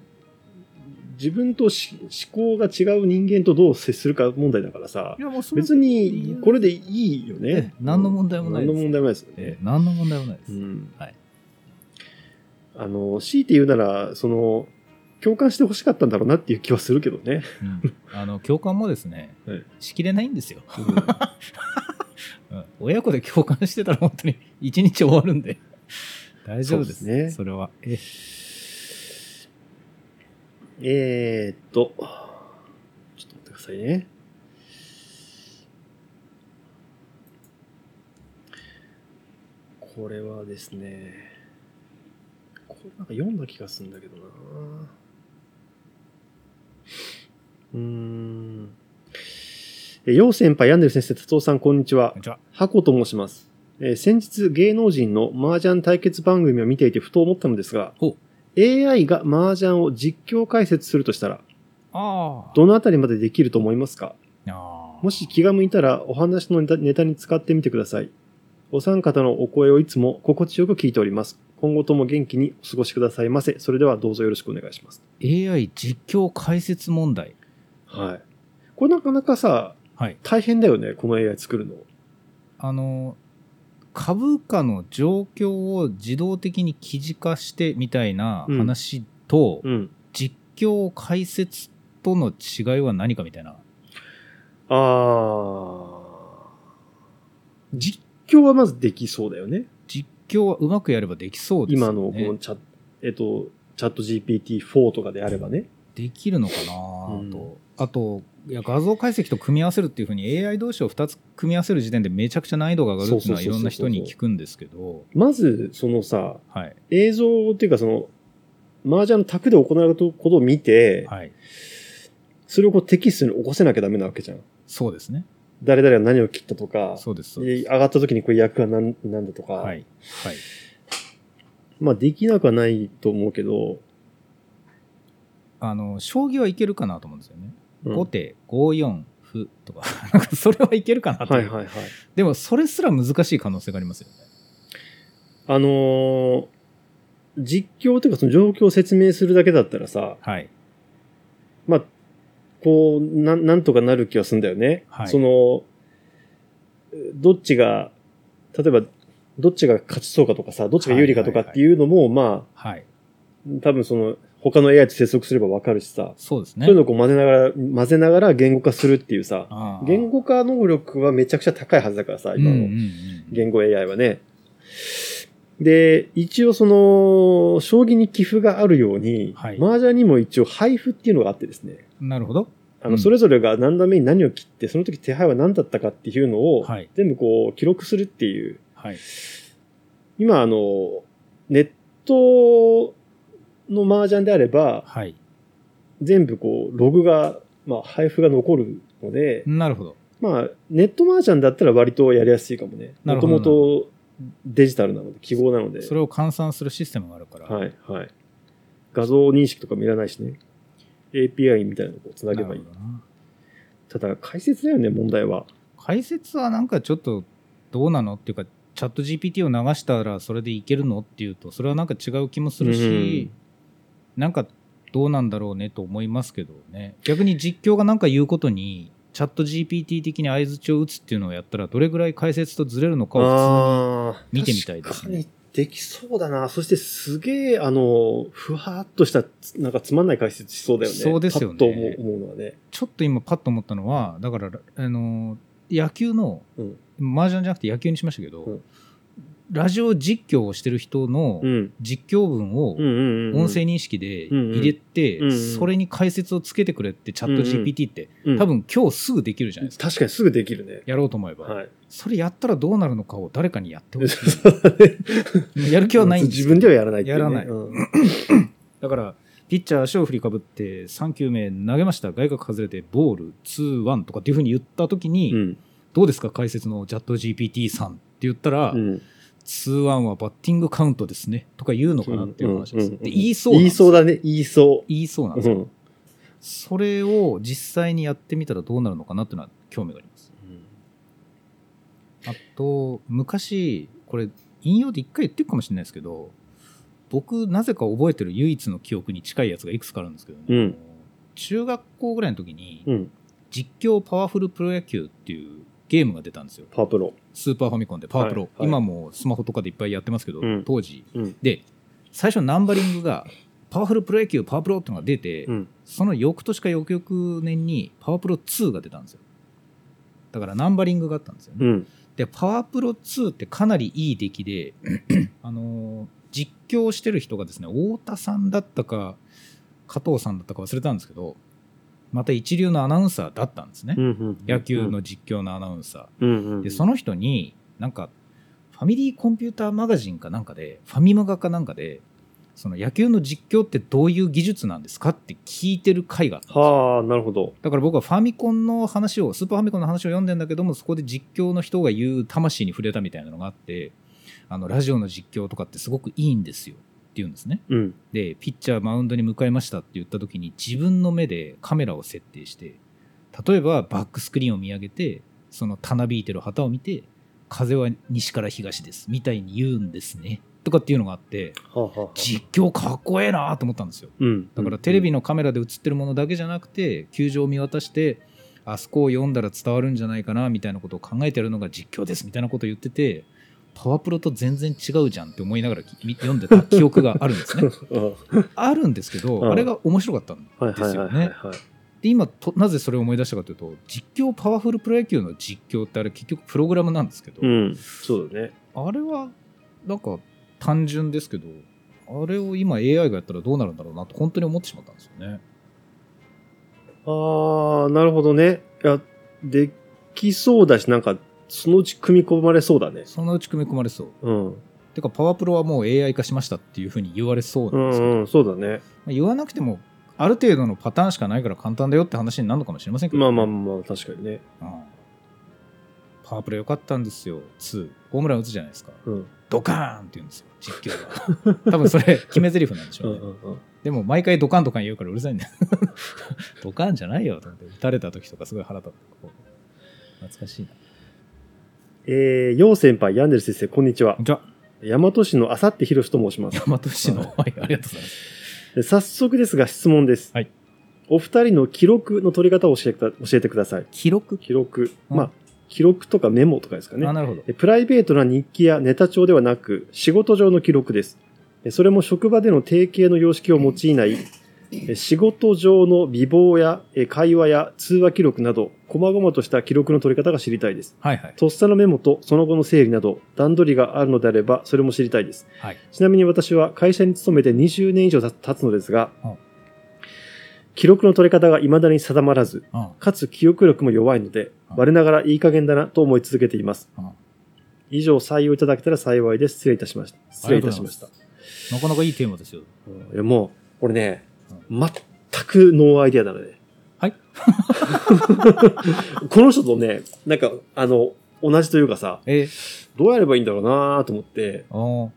Speaker 1: 自分とし思考が違う人間とどう接するか問題だからさ
Speaker 2: い、や、もうそれ
Speaker 1: 別にこれでいいよね
Speaker 2: え。何の問題もないです
Speaker 1: 何の問題もないですよね。
Speaker 2: ええ何の問題もないで
Speaker 1: う
Speaker 2: す。
Speaker 1: ん
Speaker 2: はい
Speaker 1: あの、強いて言うなら、その、共感して欲しかったんだろうなっていう気はするけど ね。
Speaker 2: うんあの、共感もですね
Speaker 1: はい、
Speaker 2: しきれないんですよ。うん親子で共感してたら本当に一日終わるんで大丈夫で
Speaker 1: そ
Speaker 2: す
Speaker 1: うですね
Speaker 2: それはえ
Speaker 1: えーっと、ちょっと待ってくださいね。これはですね、これなんか読んだ気がするんだけどなうーん。えよう先輩、ヤンデル先生、達夫さん、こんにちは
Speaker 2: こん。にちは
Speaker 1: 箱と申します。えー先日芸能人の麻雀対決番組を見ていてふと思ったのですが
Speaker 2: ほ、
Speaker 1: AI が麻雀を実況解説するとしたら、
Speaker 2: ああ
Speaker 1: どのあたりまでできると思いますか
Speaker 2: あー
Speaker 1: もし気が向いたらお話のネタネタに使ってみてください。お三方のお声をいつも心地よく聞いております。今後とも元気にお過ごしくださいませ。それではどうぞよろしくお願いします。
Speaker 2: AI 実況解説問題
Speaker 1: はい。これなかなかさ、
Speaker 2: はい
Speaker 1: 大変だよね、この AI 作るの。
Speaker 2: あの株価の状況を自動的に記事化してみたいな話と、
Speaker 1: うん。
Speaker 2: 実況解説との違いは何かみたいな
Speaker 1: あー実況はまずできそうだよね。
Speaker 2: 実況はうまくやればできそうです
Speaker 1: 今
Speaker 2: よね
Speaker 1: のこのチャ,、えっと、チャット GPT4 とかであればね。
Speaker 2: できるのかな
Speaker 1: うん
Speaker 2: と、あといや画像解析と組み合わせるっていうふうに AI 同士を2つ組み合わせる時点でめちゃくちゃ難易度が上がるっていうのは
Speaker 1: そうそうそうそう
Speaker 2: いろんな人に聞くんですけど、
Speaker 1: まず、そのさ、
Speaker 2: はい
Speaker 1: 映像っていうかその、麻雀の卓で行われることを見て、
Speaker 2: はい、
Speaker 1: それをこうテキストに起こせなきゃダメなわけじゃん。
Speaker 2: そうですね
Speaker 1: 誰々が何を切ったとか、
Speaker 2: そうですそう
Speaker 1: で
Speaker 2: で
Speaker 1: 上
Speaker 2: す。
Speaker 1: がった時にこう役が何なんだとか、
Speaker 2: はいはい、
Speaker 1: まあできなくはないと思うけど、
Speaker 2: あの将棋はいけるかなと思うんですよね。
Speaker 1: うん
Speaker 2: 後手5四歩とか なんかそれはいけるかなと、
Speaker 1: はいはいはい。
Speaker 2: でもそれすら難しい可能性がありますよね。
Speaker 1: あのー実況というかその状況を説明するだけだったらさ、
Speaker 2: はい
Speaker 1: まあ、こう、なん、なんとかなる気はするんだよね。
Speaker 2: はい
Speaker 1: その、どっちが、例えば、どっちが勝ちそうかとかさ、どっちが有利かとか
Speaker 2: はいはいはい
Speaker 1: っていうのも、ま
Speaker 2: はい
Speaker 1: あ、多分その、他の AI と接続すればわかるしさ、
Speaker 2: そうです
Speaker 1: そ
Speaker 2: ね
Speaker 1: ういう。のをこう混ぜながら、混ぜながら言語化するっていうさ、
Speaker 2: あー
Speaker 1: 言語化能力はめちゃくちゃ高いはずだからさ、
Speaker 2: うんう
Speaker 1: 今
Speaker 2: んう
Speaker 1: の
Speaker 2: ん
Speaker 1: 言語 AI はね。で、一応その、将棋に寄付があるように、
Speaker 2: はい
Speaker 1: 麻雀にも一応配布っていうのがあってですね。
Speaker 2: なるほど。
Speaker 1: あ
Speaker 2: う
Speaker 1: の、
Speaker 2: ん
Speaker 1: それぞれが何段目に何を切って、その時手配は何だったかっていうのを、
Speaker 2: はい
Speaker 1: 全部こう、記録するっていう。
Speaker 2: はい
Speaker 1: 今、あの、ネットの麻雀であれば、
Speaker 2: はい
Speaker 1: 全部こう、ログが、まあ、配布が残るので、
Speaker 2: なるほど。
Speaker 1: まあ、ネット麻雀だったら割とやりやすいかもね。
Speaker 2: な
Speaker 1: も
Speaker 2: る
Speaker 1: と
Speaker 2: ほど
Speaker 1: もとデジタルなので、記号なので。
Speaker 2: それを換算するシステムがあるから、
Speaker 1: はい、はい。画像認識とかもいらないしね。API みたいなのをつなげばいい
Speaker 2: な。るほどな
Speaker 1: ただ、解説だよね、問題は。
Speaker 2: 解説はなんかちょっとどうなのっていうかチャット GPT を流したらそれでいけるのっていうとそれはなんか違う気もするし、なんかどうなんだろうねと思いますけどね逆に実況がなんか言うことにチャット GPT 的に相づちを打つっていうのをやったらどれぐらい解説とずれるのかを普
Speaker 1: あー
Speaker 2: 見てみたいですね
Speaker 1: 確かにできそうだな。そしてすげえ、あの、ふわーっとした、つなんかつまんない解説しそうだよね。
Speaker 2: そうですよね
Speaker 1: パッと思う思うのはね。
Speaker 2: 通にちょっと今パッと思ったのはだからあの野球の、
Speaker 1: うん
Speaker 2: 麻雀じゃなくて野球にしましたけど、
Speaker 1: うん
Speaker 2: ラジオ実況をしてる人の
Speaker 1: うん。
Speaker 2: 実況文を
Speaker 1: うんうんうん。
Speaker 2: 音声認識で
Speaker 1: うんうん
Speaker 2: 入れて、
Speaker 1: うんうん
Speaker 2: それに解説をつけてくれってチャット GPT って、
Speaker 1: うん
Speaker 2: 多分今日すぐできるじゃないですか。
Speaker 1: 確かにすぐできるね。
Speaker 2: やろうと思えば、
Speaker 1: はい。
Speaker 2: それやったらどうなるのかを誰かに やってほし
Speaker 1: 今
Speaker 2: い。や る気はないんです
Speaker 1: 自分ではやらないってうね
Speaker 2: やらない
Speaker 1: うん
Speaker 2: だから、ピッチャー足を振りかぶって3球目投げました、外角外れてボール、ツー、ワンとかっていうふうに言ったときに、
Speaker 1: うん。
Speaker 2: どうですか、解説のチャット GPT さんって言ったら、
Speaker 1: うん
Speaker 2: ツー、ワンはバッティングカウントですねとか言うのかなっていう話です。
Speaker 1: うんうんうん
Speaker 2: で言いそうなん
Speaker 1: 言
Speaker 2: で
Speaker 1: い
Speaker 2: すよ
Speaker 1: そうだね。言いそ
Speaker 2: 言いそうなん
Speaker 1: う。
Speaker 2: です
Speaker 1: う
Speaker 2: よ
Speaker 1: ん。
Speaker 2: それを実際にやってみたらどうなるのかなっていうのは興味があります。あと、昔、これ、引用で一回言ってるかもしれないですけど、僕、なぜか覚えてる唯一の記憶に近いやつがいくつかあるんですけどね、
Speaker 1: うん
Speaker 2: 中学校ぐらいの時に、
Speaker 1: うん。
Speaker 2: 実況パワフルプロ野球っていうゲームが出たんですよ。
Speaker 1: パワープロ。
Speaker 2: スーパーファミコンでパワープロ。
Speaker 1: はいはい
Speaker 2: 今もスマホとかでいっぱいやってますけど、
Speaker 1: うん
Speaker 2: 当時。
Speaker 1: うん
Speaker 2: で、最初ナンバリングが、パワフルプロ野球、パワープロっていうのが出て、
Speaker 1: うん。
Speaker 2: その翌年か翌々年にパワープロ2が出たんですよ。だからナンバリングがあったんですよね。
Speaker 1: うん。
Speaker 2: で、パワープロ2ってかなりいい出 来で、あのー実況してる人がですね、太田さんだったか、加藤さんだったか忘れたんですけど、また一流のアナウンサーだったんですね。
Speaker 1: うんうん
Speaker 2: 野球の。実況のアナウンサ
Speaker 1: うんうんうん。
Speaker 2: ー。で、その人に、なんか、ファミリーコンピューターマガジンかなんかで、ファミマガかなんかで、その野球の実況ってどういう技術なんですかって聞いてる回があったんですよ。
Speaker 1: はあ、なるほど。
Speaker 2: だから僕はファミコンの話を、スーパーファミコンの話を読んでんだけども、そこで実況の人が言う魂に触れたみたいなのがあって、あの、ラジオの実況とかってすごくいいんですよって言うんですね。
Speaker 1: うん。
Speaker 2: で、ピッチャーマウンドに向かいましたって言った時に自分の目でカメラを設定して、例えばバックスクリーンを見上げて、そのたなびいてる旗を見て、風は西から東です、みたいに言うんですね。とかっていうのがあって、
Speaker 1: はあはあはあ。
Speaker 2: 実況かっこええなと思ったんですよ。
Speaker 1: うん。
Speaker 2: だからテレビ
Speaker 1: の。
Speaker 2: のカメラで映ってるものだけじゃなくて球場を見渡してあそこを読んだら伝わるんじゃないかなみたいなことを考えてるのが実況ですみたいなことを言っててパワプロと全然違うじゃんって思いながらきみ読んでた記憶があるんですね
Speaker 1: うん
Speaker 2: あるんですけ
Speaker 1: うん
Speaker 2: どあれが面白かったん
Speaker 1: はい
Speaker 2: で
Speaker 1: は
Speaker 2: す
Speaker 1: い
Speaker 2: よ
Speaker 1: はいはい
Speaker 2: ね
Speaker 1: はい。
Speaker 2: で今となぜそれを思い出したかというと実況パワフルプロ野球の実況ってあれ結局プログラムなんですけど、
Speaker 1: うん。そうだね。
Speaker 2: あれはなんか単純ですけどあれを今 AI がやったらどうなるんだろうなと本当に思ってしまったんですよね
Speaker 1: ああ、なるほどね。いや、できそうだし、なんか、そのうち組み込まれそうだね。
Speaker 2: そのうち組み込まれそう
Speaker 1: うん。
Speaker 2: てかパワープロはもう AI 化しましたっていうふうに言われそう
Speaker 1: う
Speaker 2: なんですけど、
Speaker 1: んうん、そうだね。
Speaker 2: まあ言わなくてもある程度のパターンしかないから簡単だよって話になるのかもしれませんけど、
Speaker 1: まあまあまあ、確かにね。
Speaker 2: うんパワープロ良かったんですよ2ホームラン打つじゃないですか
Speaker 1: うん。
Speaker 2: ドカーンって言うんですよ実況が多分それ決め台詞なんでし
Speaker 1: う
Speaker 2: ょ
Speaker 1: ん
Speaker 2: う
Speaker 1: う
Speaker 2: ね、
Speaker 1: んうん。
Speaker 2: でも毎回ドカンドカン言うからうるさいんだよ ドカンじゃないよと思って打たれた時とかすごい腹立ってこう懐かしいな
Speaker 1: えー、よう先輩、ヤンデル先生、こんにちは。
Speaker 2: じゃあ
Speaker 1: 大和市のあさってひろしと申し ます。
Speaker 2: 大和市の、はい、ありがとうございます
Speaker 1: で早速ですが、質問です。
Speaker 2: はい
Speaker 1: お二人の記録の取り方を教えた教えてください。
Speaker 2: 記録、
Speaker 1: 記録。
Speaker 2: うん
Speaker 1: まあ、記録とかメモとかですかね
Speaker 2: あ。なるほど
Speaker 1: えプライベートな日記やネタ帳ではなく、仕事上の記録です。えそれも職場での定型の様式を用いない、え仕事上の美貌やえ会話や通話記録など、細々とした記録の取り方が知りたいです。
Speaker 2: はいはい
Speaker 1: とっさのメモとその後の整理など、段取りがあるのであれば、それも知りたいです。
Speaker 2: はい
Speaker 1: ちなみに私は会社に勤めて20年以上た経つのですが
Speaker 2: うん、
Speaker 1: 記録の取り方が未だに定まらず、
Speaker 2: うん
Speaker 1: かつ記憶力も弱いので、
Speaker 2: うん
Speaker 1: 我ながらいい加減だなと思い続けています
Speaker 2: うん。
Speaker 1: 以上、採用いただけたら幸いです。失礼いたしました。失礼いたしました。
Speaker 2: あ
Speaker 1: い
Speaker 2: なかなかいいテーマですよ
Speaker 1: や、もう、これね、全くノーアイデアなのね。
Speaker 2: はい
Speaker 1: この人とね、なんか、あの、同じというかさ、
Speaker 2: え
Speaker 1: どうやればいいんだろうなと思って、
Speaker 2: あー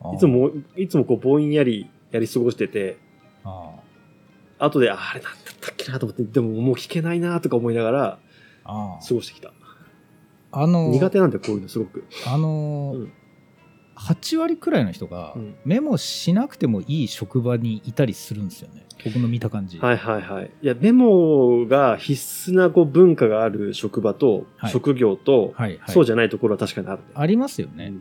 Speaker 2: あー
Speaker 1: いつも、いつもこう、ぼんやりやり過ごしてて、
Speaker 2: あ
Speaker 1: 後で、ああれなんだったっけなと思って、でももう聞けないなとか思いながら
Speaker 2: ーあー
Speaker 1: 過ごしてきた。
Speaker 2: あの
Speaker 1: 苦手なんだよ、こういうのすごく。
Speaker 2: あのー
Speaker 1: うん
Speaker 2: 8割くらいの人が
Speaker 1: うん
Speaker 2: メモしなくてもいい職場にいたりするんですよね僕の見た感じ、
Speaker 1: はいはいはい。いや、メモが必須なこう文化がある職場と、
Speaker 2: はい
Speaker 1: 職業と、
Speaker 2: はいはい
Speaker 1: そうじゃないところは確かにあるね。
Speaker 2: ありますよね、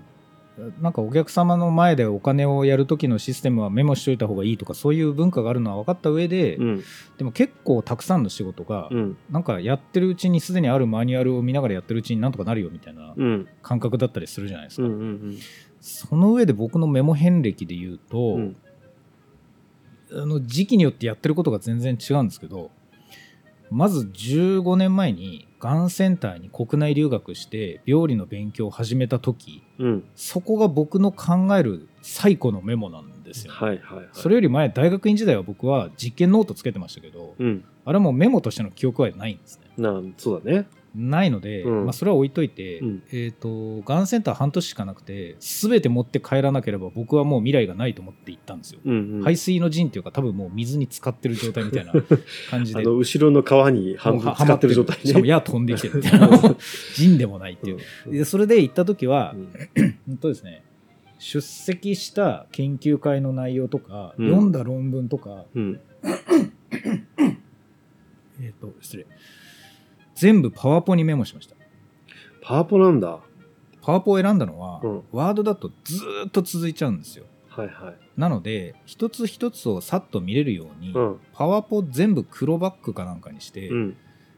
Speaker 2: なんかお客様の前でお金をやる時のシステムはメモしといた方がいいとかそういう文化があるのは分かった上で、
Speaker 1: うん。
Speaker 2: でも結構たくさんの仕事が、
Speaker 1: うん。
Speaker 2: なんかやってるうちにすでにあるマニュアルを見ながらやってるうちになんとかなるよみたいな
Speaker 1: うん。
Speaker 2: 感覚だったりするじゃないです
Speaker 1: う
Speaker 2: か、
Speaker 1: ん。うん。
Speaker 2: その上で僕のメモ遍歴で言うと、
Speaker 1: うん。
Speaker 2: あの時期によってやってることが全然違うんですけどまず15年前にがんセンターに国内留学して病理の勉強を始めた時
Speaker 1: うん。
Speaker 2: そこが僕の考える最古のメモなんですよ、
Speaker 1: はいはいはい。
Speaker 2: それより前大学院時代は僕は実験ノートつけてましたけど
Speaker 1: うん。
Speaker 2: あれはもうメモとしての記憶はないんですね
Speaker 1: なそうだね。
Speaker 2: ないので、
Speaker 1: うん
Speaker 2: まあ、それは置いといて、
Speaker 1: うん
Speaker 2: えっ、とがんセンター半年しかなくて全て持って帰らなければ僕はもう未来がないと思って行ったんですよ
Speaker 1: うん、うん。
Speaker 2: 排水の陣っていうか多分もう水に浸かってる状態みた いな感じ
Speaker 1: あ
Speaker 2: で。
Speaker 1: の、後ろの川に半分使ってる状態
Speaker 2: しかも
Speaker 1: ね。
Speaker 2: 矢飛んでき てるみたいな陣でもないっていう
Speaker 1: うん
Speaker 2: でそれで行った時は
Speaker 1: う、ん
Speaker 2: うんとですね出席した研究会の内容とか、
Speaker 1: うん
Speaker 2: 読んだ論文とか、
Speaker 1: うん。
Speaker 2: えっと失礼全部パワポにメモしました
Speaker 1: パワポなんだ。
Speaker 2: パワポを選んだのは、
Speaker 1: うん
Speaker 2: ワードだとずーっと続いちゃうんですよ
Speaker 1: はいはい。
Speaker 2: なので一つ一つをさっと見れるように、
Speaker 1: うん。
Speaker 2: パワポ全部黒バッグかなんかにして、
Speaker 1: うん。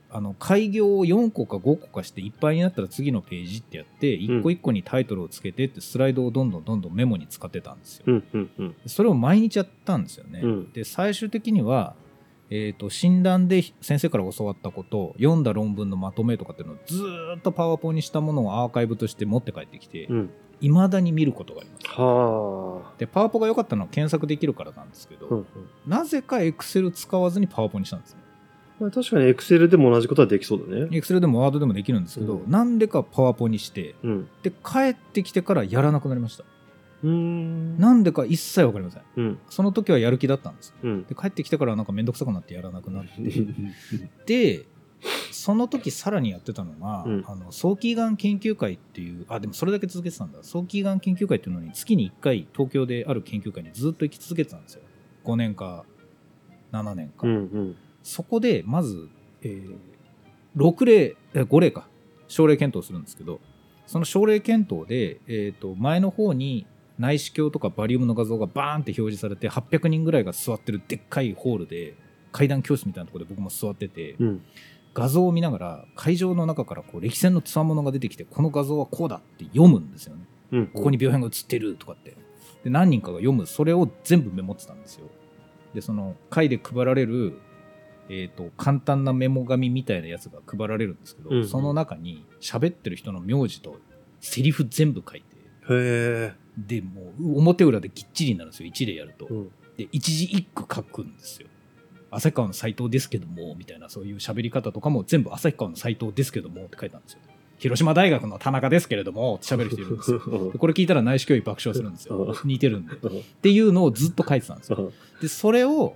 Speaker 2: あの開業を4個か5個かしていっぱいになったら次のページってやって一個一個にタイトルをつけてってスライドをどんどんどんどんメモに使ってたんですよ、
Speaker 1: うん。うん。うん。
Speaker 2: それを毎日やったんですよね、
Speaker 1: うん
Speaker 2: で最終的には、えー、と診断で先生から教わったこと読んだ論文のまとめとかっていうのをずーっとパワポにしたものをアーカイブとして持って帰ってきて
Speaker 1: うん。
Speaker 2: いま、未だに見ることがあります
Speaker 1: はあ。
Speaker 2: でパワポが良かったのは検索できるからなんですけど、
Speaker 1: うん。
Speaker 2: なぜかエクセル使わずにパワポにしたんですね
Speaker 1: まあ確かにエクセルでも同じことはできそうだね。
Speaker 2: エクセルでもワードでもできるんですけど、
Speaker 1: うん
Speaker 2: なんでかパワポにして
Speaker 1: うん。
Speaker 2: で帰ってきてからやらなくなりました
Speaker 1: うーん。
Speaker 2: なんでか一切わかりません
Speaker 1: うん。
Speaker 2: その時はやる気だったんです
Speaker 1: うん。
Speaker 2: で帰ってきてからはなんかめんどくさくなってやらなくなっ
Speaker 1: う
Speaker 2: て
Speaker 1: ん
Speaker 2: でその時さらにやってたのが、
Speaker 1: うん
Speaker 2: あの早期がん研究会っていうあでもそれだけ続けてたんだ早期がん研究会っていうのに月に1回東京である研究会にずっと行き続けてたんですよ5年か7年か、
Speaker 1: うん。うん。
Speaker 2: そこでまず、えー6例えー5例か症例検討するんですけどその症例検討で、えー、と前の方に内視鏡とかバリウムの画像がバーンって表示されて800人ぐらいが座ってるでっかいホールで階段教室みたいなところで僕も座ってて
Speaker 1: うん。
Speaker 2: 画像を見ながら会場の中からこう歴戦のつわものが出てきてこの画像はこうだって読むんですよね
Speaker 1: うん。
Speaker 2: ここに病変が写ってるとかってで何人かが読むそれを全部メモってたんですよでその会で配られる、えー、と簡単なメモ紙みたいなやつが配られるんですけど、
Speaker 1: うんうん
Speaker 2: その中に喋ってる人の名字とセリフ全部書いて
Speaker 1: へえ。
Speaker 2: でもう表裏でぎっちりになるんですよ一例やると、
Speaker 1: うん
Speaker 2: で一字一句書くんですよ旭川の斎藤ですけどもみたいなそういう喋り方とかも全部旭川の斎藤ですけどもって書いたんですよ広島大学の田中ですけれどもって喋る人いるんですよでこれ聞いたら内視鏡医爆笑するんですよ。似てるんで。っていうのをずっと書いてたんですよ。で、それを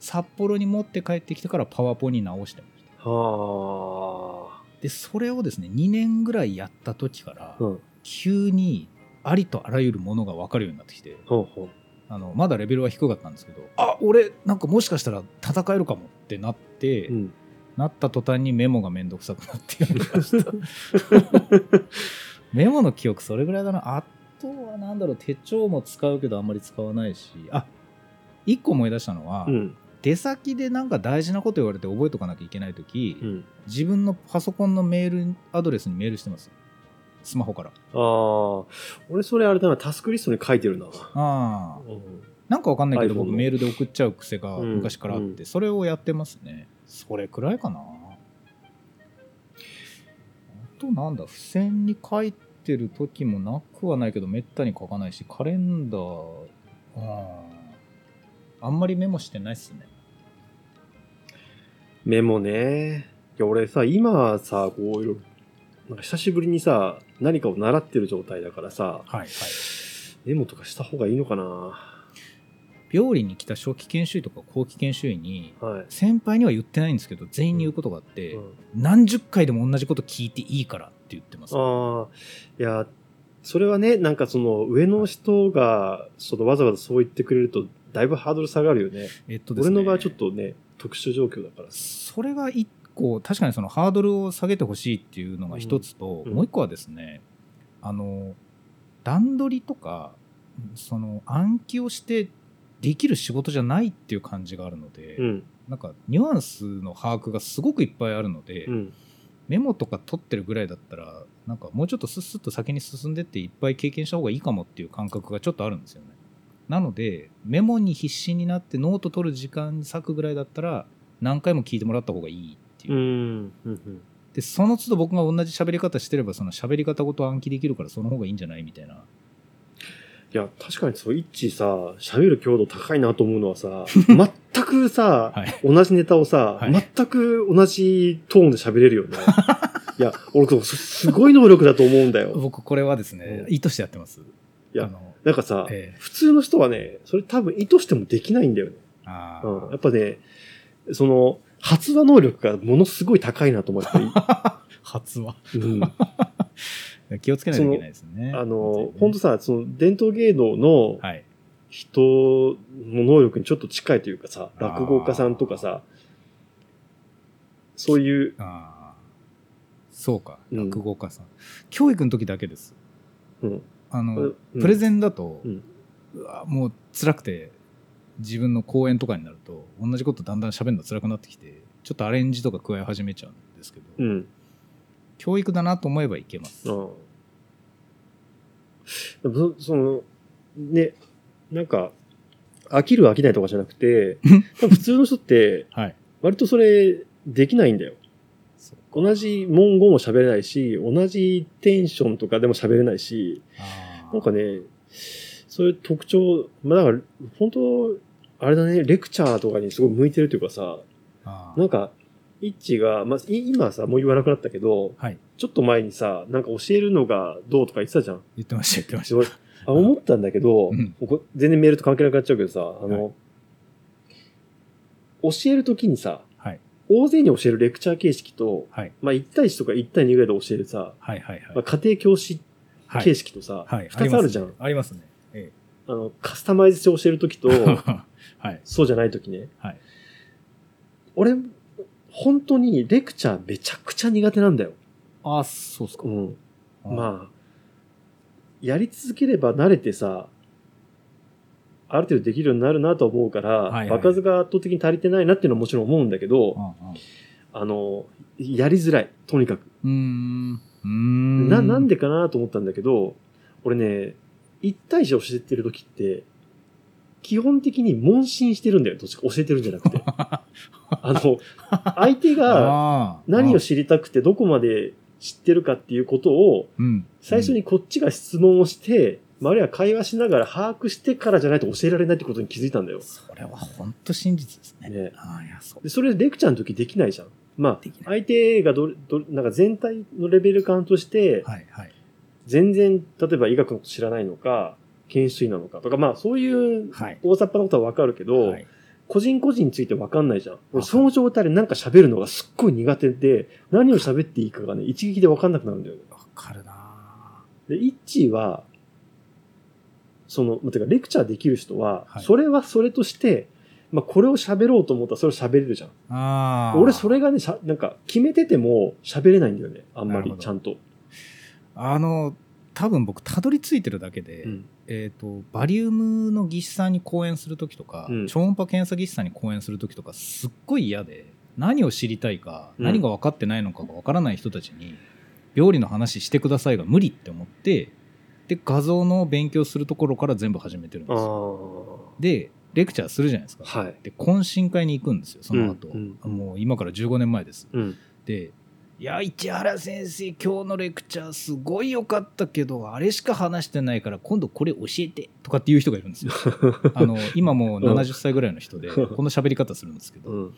Speaker 2: 札幌に持って帰ってきてからパワポに直してまし た。
Speaker 1: はあ。
Speaker 2: で、それをですね、2年ぐらいやった時から、
Speaker 1: うん。
Speaker 2: 急にありとあらゆるものが分かるようになってきて、
Speaker 1: ほうほ
Speaker 2: あの、まだレベルは低かったんですけど、あ、俺、なんかもしかしたら戦えるかもってなって、
Speaker 1: う。うん。
Speaker 2: なった途端にメモがめんどくさくなって読み ました。メモの記憶それぐらいだな。あとはなんだろう、手帳も使うけどあんまり使わないし。あ、一個思い出したのは、
Speaker 1: うん。
Speaker 2: 出先でなんか大事なこと言われて覚えとかなきゃいけないとき、
Speaker 1: うん。
Speaker 2: 自分のパソコンのメールアドレスにメールしてます。スマホから。
Speaker 1: ああ。俺それあれだな、タスクリストに書いてるな。
Speaker 2: ああ。
Speaker 1: うん
Speaker 2: なんかわかんないけど、
Speaker 1: iPhone
Speaker 2: 僕
Speaker 1: の
Speaker 2: メールで送っちゃう癖が
Speaker 1: うん
Speaker 2: 昔からあって、
Speaker 1: う
Speaker 2: それをやってますね。それくらいかな。あとなんだ、付箋に書いてる時もなくはないけど、めったに書かないし、カレンダー、うんあんまりメモしてないっすね。
Speaker 1: メモね。いや、俺さ、今さ、こういろいろ、なんか久しぶりにさ、何かを習ってる状態だからさ、
Speaker 2: はいはい。
Speaker 1: メモとかした方がいいのかな
Speaker 2: 病理に来た初期研修医とか後期研修医に、
Speaker 1: はい。
Speaker 2: 先輩には言ってないんですけど、全員に言うことがあって、
Speaker 1: うん
Speaker 2: 何十回でも同じこと聞いていいからって言ってます。
Speaker 1: ああ、いや、それはね、なんかその上の人が、そのわざわざそう言ってくれると、だいぶハードル下がるよね。
Speaker 2: えっとです
Speaker 1: 俺
Speaker 2: ね
Speaker 1: の場合ちょっとね、特殊状況だからさ。
Speaker 2: それが一個、確かにそのハードルを下げてほしいっていうのが一つと、
Speaker 1: うん
Speaker 2: もう一個はですね、あの、段取りとかその暗記をしてできる仕事じゃないっていう感じがあるので、
Speaker 1: うん。
Speaker 2: なんかニュアンスの把握がすごくいっぱいあるので、
Speaker 1: うん。
Speaker 2: メモとか取ってるぐらいだったらなんかもうちょっとスッスッと先に進んでっていっぱい経験した方がいいかもっていう感覚がちょっとあるんですよねなのでメモに必死になってノート取る時間割くぐらいだったら何回も聞いてもらった方がいいっていう
Speaker 1: う、ん。うん。
Speaker 2: でその都度僕が同じ喋り方してればその喋り方ごと暗記できるからその方がいいんじゃないみたいない
Speaker 1: や、確かにそう、一致さ、喋る強度高いなと思うのはさ、全く さ、
Speaker 2: はい
Speaker 1: 同じネタをさ、
Speaker 2: はい
Speaker 1: 全く同じトーンで喋れるよね。 いや、俺そう、すすごい能力だと思うん だよ。
Speaker 2: 僕これはですね
Speaker 1: うん
Speaker 2: 意図してやってます
Speaker 1: いや
Speaker 2: あの
Speaker 1: なんかさ、
Speaker 2: ええ
Speaker 1: 普通の人はね、それ多分意図してもできないんだよね。
Speaker 2: あー
Speaker 1: うん、やっぱね、その、発話能力がものすごい高いなと思って、
Speaker 2: 発話
Speaker 1: うん、あ
Speaker 2: 気をつけないといけないですね
Speaker 1: の、
Speaker 2: 本
Speaker 1: 本当
Speaker 2: 当にね
Speaker 1: さ、その伝統芸能の
Speaker 2: はい
Speaker 1: 人の能力にちょっと近いというかさ、落語家さんとかさ、そういう、
Speaker 2: ああそうか
Speaker 1: うん
Speaker 2: 落語家さん、教育の時だけです
Speaker 1: うん、
Speaker 2: あの、
Speaker 1: うん
Speaker 2: プレゼンだと、
Speaker 1: うん
Speaker 2: うわもう辛くて自分の講演とかになると同じことだんだん喋るの辛くなってきてちょっとアレンジとか加え始めちゃうんですけど、
Speaker 1: うん。
Speaker 2: 教育だなと思えばいけます、
Speaker 1: うんでもそその、ね、なんか、飽きる飽きないとかじゃなくて、多分普通の人って、
Speaker 2: はい
Speaker 1: 割とそれ、できないんだよ。
Speaker 2: そう
Speaker 1: 同じ文言も喋れないし、同じテンションとかでも喋れないし、
Speaker 2: あー
Speaker 1: なんかね、そういう特徴、まあだから、本当あれだね、レクチャーとかにすごい向いてるというかさ、
Speaker 2: あー
Speaker 1: なんか、イッチが、まあ、い今はさ、もう言わなくなったけど、
Speaker 2: はい
Speaker 1: ちょっと前にさ、なんか教えるのがどうとか言ってたじゃん。
Speaker 2: 言ってました言ってまし
Speaker 1: すごい。あ、思ったんだけど、
Speaker 2: うん
Speaker 1: こ全然メールと関係なくなっちゃうけどさ、あの、
Speaker 2: は
Speaker 1: 教えるときにさ、
Speaker 2: はい
Speaker 1: 大勢に教えるレクチャー形式と、
Speaker 2: はい
Speaker 1: まあ1対1とか1対2ぐらいで教えるさ、
Speaker 2: たはいはいは
Speaker 1: まあ、
Speaker 2: い
Speaker 1: 家庭教師
Speaker 2: はい
Speaker 1: 形式とさ、
Speaker 2: はい
Speaker 1: 2つあるじゃん。あ
Speaker 2: ありますねあり
Speaker 1: の、カスタマイズして教えると きと、
Speaker 2: ますね、ええはい
Speaker 1: そうじゃないときね。
Speaker 2: はい
Speaker 1: 俺、本当にレクチャーめちゃくちゃ苦手なんだよ。
Speaker 2: ああそうっすか
Speaker 1: うん。
Speaker 2: あ
Speaker 1: まあ、やり続ければ慣れてさ、ある程度できるようになるなとは思うから、
Speaker 2: いはい
Speaker 1: 場数が圧倒的に足りてないなっていうのはもちろん思うんだけ
Speaker 2: ーう
Speaker 1: ど、
Speaker 2: んうん
Speaker 1: あの、やりづらい、とにかく。
Speaker 2: うーんうーん
Speaker 1: な、なんでかなと思ったんだけど、俺ね、一対一で教えてる時って、基本的に問診してるんだよ、どっちか教えてるんじゃなく て。あの、相手が
Speaker 2: あー
Speaker 1: 何を知りたくてどこまで知ってるかっていうことを、
Speaker 2: うん
Speaker 1: 最初にこっちが質問をして、まあ、あるいは会話しながら把握してからじゃないと教えられないってことに気づいたんだよ。
Speaker 2: それは本当真実ですね。
Speaker 1: ね
Speaker 2: ああ、いや、そう。
Speaker 1: で、それレクチャーの時できないじゃん。まあ
Speaker 2: でき、な
Speaker 1: 相手がどれ、どれ、なんか全体のレベル感として、
Speaker 2: はい、はい。
Speaker 1: 全然、例えば医学のこと知らないのか、研修医なのかとか、まあそういう
Speaker 2: はい。
Speaker 1: 大雑把なことはわかるけど、
Speaker 2: はい
Speaker 1: 個人個人についてわかんないじゃん。
Speaker 2: はい
Speaker 1: その状態でなんか喋るのがすっごい苦手で、何を喋っていいかがね、一撃でわかんなくなるんだよね。
Speaker 2: わかるな
Speaker 1: で、イッチーは、その、まあてか、レクチャーできる人は、
Speaker 2: はい
Speaker 1: それはそれとして、まあ、これを喋ろうと思ったらそれを喋れるじゃん。
Speaker 2: ああ。
Speaker 1: 俺、それがね、しゃなんか、決めてても喋れないんだよね。あんま
Speaker 2: なる
Speaker 1: り
Speaker 2: ほ、ど
Speaker 1: ちゃんと。
Speaker 2: あの、多分僕、たどり着いてるだけで、
Speaker 1: うん。
Speaker 2: えっ、と、バリウムの技師さんに講演するときとか、
Speaker 1: うん
Speaker 2: 超音波検査技師さんに講演するときとか、すっごい嫌で、何を知りたいか、
Speaker 1: うん
Speaker 2: 何が分かってないのかが分からない人たちに、病理の話してくださいが無理って思って、で、画像の勉強するところから全部始めてるん
Speaker 1: あ
Speaker 2: ですよ。
Speaker 1: あ。
Speaker 2: で、レクチャーするじゃないですか。
Speaker 1: はい。
Speaker 2: で懇親会に行くんですよその後、
Speaker 1: うん
Speaker 2: もう今から15年前です
Speaker 1: うん。
Speaker 2: で「いや市原先生今日のレクチャーすごい良かったけどあれしか話してないから今度これ教えて」とかっていう人がいる んですよあの今もう70歳ぐらいの人でこの喋り方するんですけど、
Speaker 1: うん。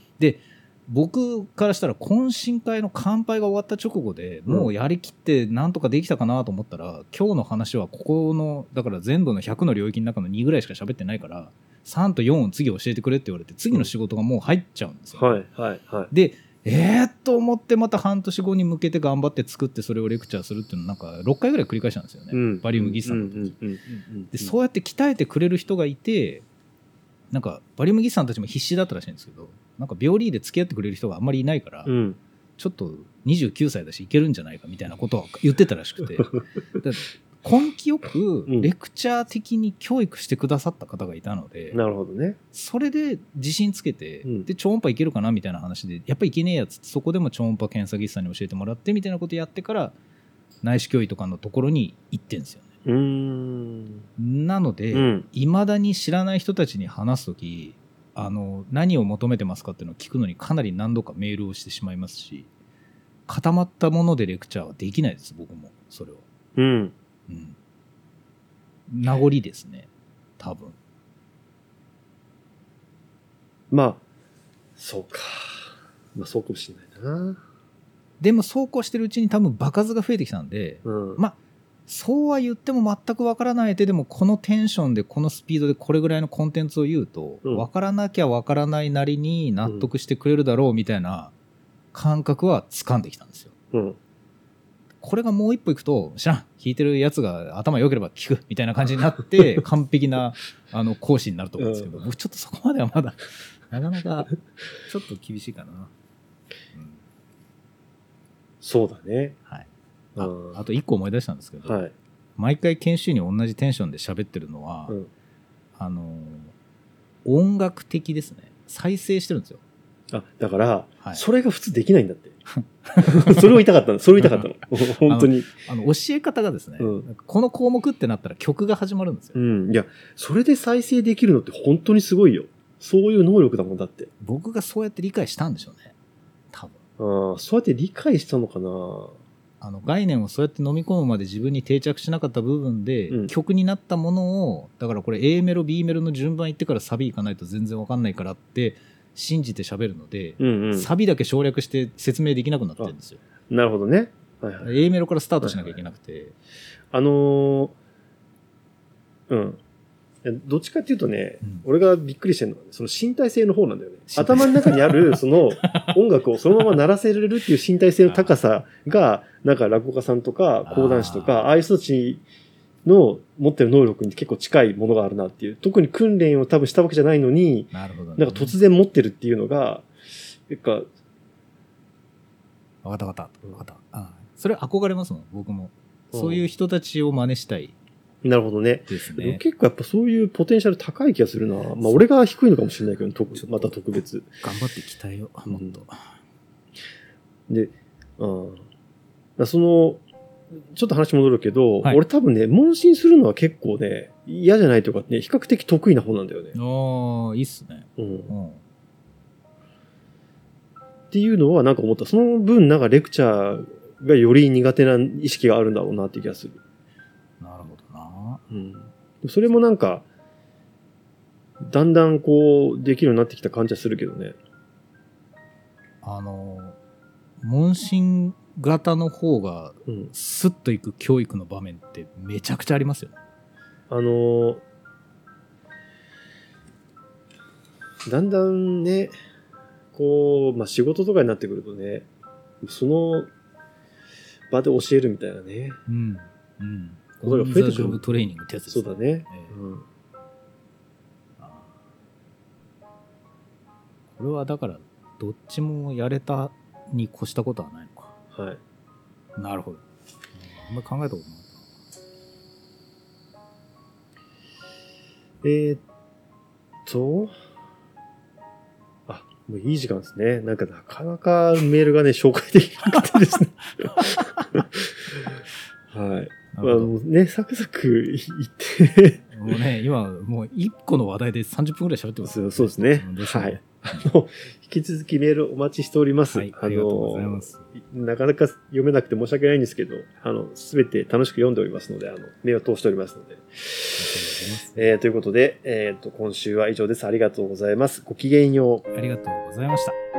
Speaker 2: 僕からしたら懇親会の乾杯が終わった直後でもうやりきってなんとかできたかなと思ったら、今日の話はここのだから全部の100の領域の中の2ぐらいしか喋ってないから3と4を次教えてくれって言われて次の仕事がもう入っちゃうんですよ。
Speaker 1: はい、はい、はい。
Speaker 2: でえーっと思ってまた半年後に向けて頑張って作ってそれをレクチャーするっていうのをなんか6回ぐらい繰り返したんですよね、
Speaker 1: うん。
Speaker 2: バリウム技師さんの時、
Speaker 1: うんうんうんうんうん。
Speaker 2: でそうやって鍛えてくれる人がいてなんかバリウム技師さんたちも必死だったらしいんですけどなんか病理で付き合ってくれる人があんまりいないから、
Speaker 1: うん。
Speaker 2: ちょっと29歳だしいけるんじゃないかみたいなことを言ってたらしくてだ根気よく
Speaker 1: うん
Speaker 2: レクチャー的に教育してくださった方がいたので、
Speaker 1: なるほどね。
Speaker 2: それで自信つけて、
Speaker 1: うん
Speaker 2: で超音波いけるかなみたいな話でやっぱいけねえやつってそこでも超音波検査技師さんに教えてもらってみたいなことやってから内視鏡医とかのところに行ってんですよね
Speaker 1: うーん。
Speaker 2: なので、
Speaker 1: うん。
Speaker 2: いまだに知らない人たちに話す時あの何を求めてますかっていうのを聞くのにかなり何度かメールをしてしまいますし固まったものでレクチャーはできないです僕もそれは、
Speaker 1: うん。
Speaker 2: うん、名残ですね多分
Speaker 1: まあ、そうか。まあ、そうかもしれないな。
Speaker 2: でもそうこうしてるうちに多分場数が増えてきたんで
Speaker 1: うん。
Speaker 2: まそうは言っても全くわからないででもこのテンションでこのスピードでこれぐらいのコンテンツを言うと
Speaker 1: うん
Speaker 2: わからなきゃわからないなりに納得してくれるだろうみたいな感覚は掴んできたんですよ。
Speaker 1: うん。
Speaker 2: これがもう一歩行くと知らん聞いてるやつが頭良ければ聞くみたいな感じになって完璧なあの講師になると思うんですけど、僕ちょっとそこまではまだ なかなかちょっと厳しいかな。うん
Speaker 1: そうだね。
Speaker 2: はい、
Speaker 1: うん
Speaker 2: ああと一個思い出したんですけど、
Speaker 1: はい。
Speaker 2: 毎回研修に同じテンションで喋ってるのは、
Speaker 1: うん
Speaker 2: あの音楽的ですね再生してるんですよ
Speaker 1: あ、だから、
Speaker 2: はい
Speaker 1: それが普通できないんだって。 それを言いたかったの。それを言いたかっ たの。本当に。
Speaker 2: あの教え方がですね、
Speaker 1: うん
Speaker 2: この項目ってなったら曲が始まるんですよ、
Speaker 1: うん。いや、それで再生できるのって本当にすごいよ。そういう能力だもんだって。
Speaker 2: 僕がそうやって理解したんでしょうね多分
Speaker 1: ああ、そうやって理解したのかな。
Speaker 2: あの概念をそうやって飲み込むまで自分に定着しなかった部分で、
Speaker 1: うん
Speaker 2: 曲になったものをだからこれ A メロ B メロの順番行ってからサビ行かないと全然わかんないからって信じて喋るので、
Speaker 1: うんうん。
Speaker 2: サビだけ省略して説明できなくなってるんですよ
Speaker 1: なるほどね。はいはい。
Speaker 2: A メロからスタートしなきゃいけなくて、
Speaker 1: あのーうん。いやどっちかっていうとね、
Speaker 2: うん
Speaker 1: 俺がびっくりしてるのは、ね、その身体性の方なんだよね。
Speaker 2: 身体
Speaker 1: 頭の中にあ る、その音楽をそのまま鳴らせれるっていう身体性の高さが、なんか落語家さんとか
Speaker 2: あー
Speaker 1: 講談師とか、ああいう人たちの持ってる能力に結構近いものがあるなっていう。特に訓練を多分したわけじゃないのに、
Speaker 2: なるほど、ね、
Speaker 1: なんか突然持ってるっていうのが、なんか、
Speaker 2: わかったわかった。わかった。あそれ憧れますもん、僕も。そういう人たちを真似したい
Speaker 1: なるほどね。
Speaker 2: ですね。
Speaker 1: 結構やっぱそういうポテンシャル高い気がするな。まあ俺が低いのかもしれないけど、とまた特別。
Speaker 2: 頑張っていきたいよ、
Speaker 1: うん
Speaker 2: もっと。
Speaker 1: で、うん。だからその、ちょっと話戻るけど、
Speaker 2: はい
Speaker 1: 俺多分ね、問診するのは結構ね、嫌じゃないというかね、比較的得意な方なんだよね。
Speaker 2: ああ、いいっすね。
Speaker 1: うん。
Speaker 2: う
Speaker 1: っ
Speaker 2: ん。
Speaker 1: ていうのはなんか思った。その分なんかレクチャーがより苦手な意識があるんだろうなっていう気がする。
Speaker 2: なるほどな。
Speaker 1: うん。それもなんか、だんだんこう、できるようになってきた感じはするけどね。
Speaker 2: あの、問診型の方が
Speaker 1: うん。
Speaker 2: スッといく教育の場面ってめちゃくちゃありますよね。
Speaker 1: あのーだんだんね、こう、まあ、仕事とかになってくるとね、その場で教えるみたいなね。
Speaker 2: うん。うん。
Speaker 1: これが
Speaker 2: オン
Speaker 1: 増えてくる
Speaker 2: ザジョブトレーニングってやつです
Speaker 1: そうだ。ね。
Speaker 2: ええ
Speaker 1: うん
Speaker 2: あーこれはだから、どっちもやれたに越したことはないのか。
Speaker 1: はい。
Speaker 2: なるほど。うんあんまり考えたことなかっ
Speaker 1: えーっと、あ、もういい時間ですね。なんかなかなかメールが ね、紹介できなくてですね。はい。
Speaker 2: た。
Speaker 1: まあ、
Speaker 2: なるほ ど
Speaker 1: もうね、サクサクいって、
Speaker 2: もうね、今、もう1個の話題で30分ぐらい喋ってます、
Speaker 1: そうそうですね
Speaker 2: んどうしよう
Speaker 1: はい引き続きメールお待ちしております。
Speaker 2: はい、ありがとうござい
Speaker 1: あの
Speaker 2: ます。
Speaker 1: なかなか読めなくて申し訳ないんですけど、あの、すべて楽しく読んでおりますので、あの、目を通しておりますので。えーということで、えっ、と、今週は以上です。ありがとうございます。ごきげんよう。
Speaker 2: ありがとうございました。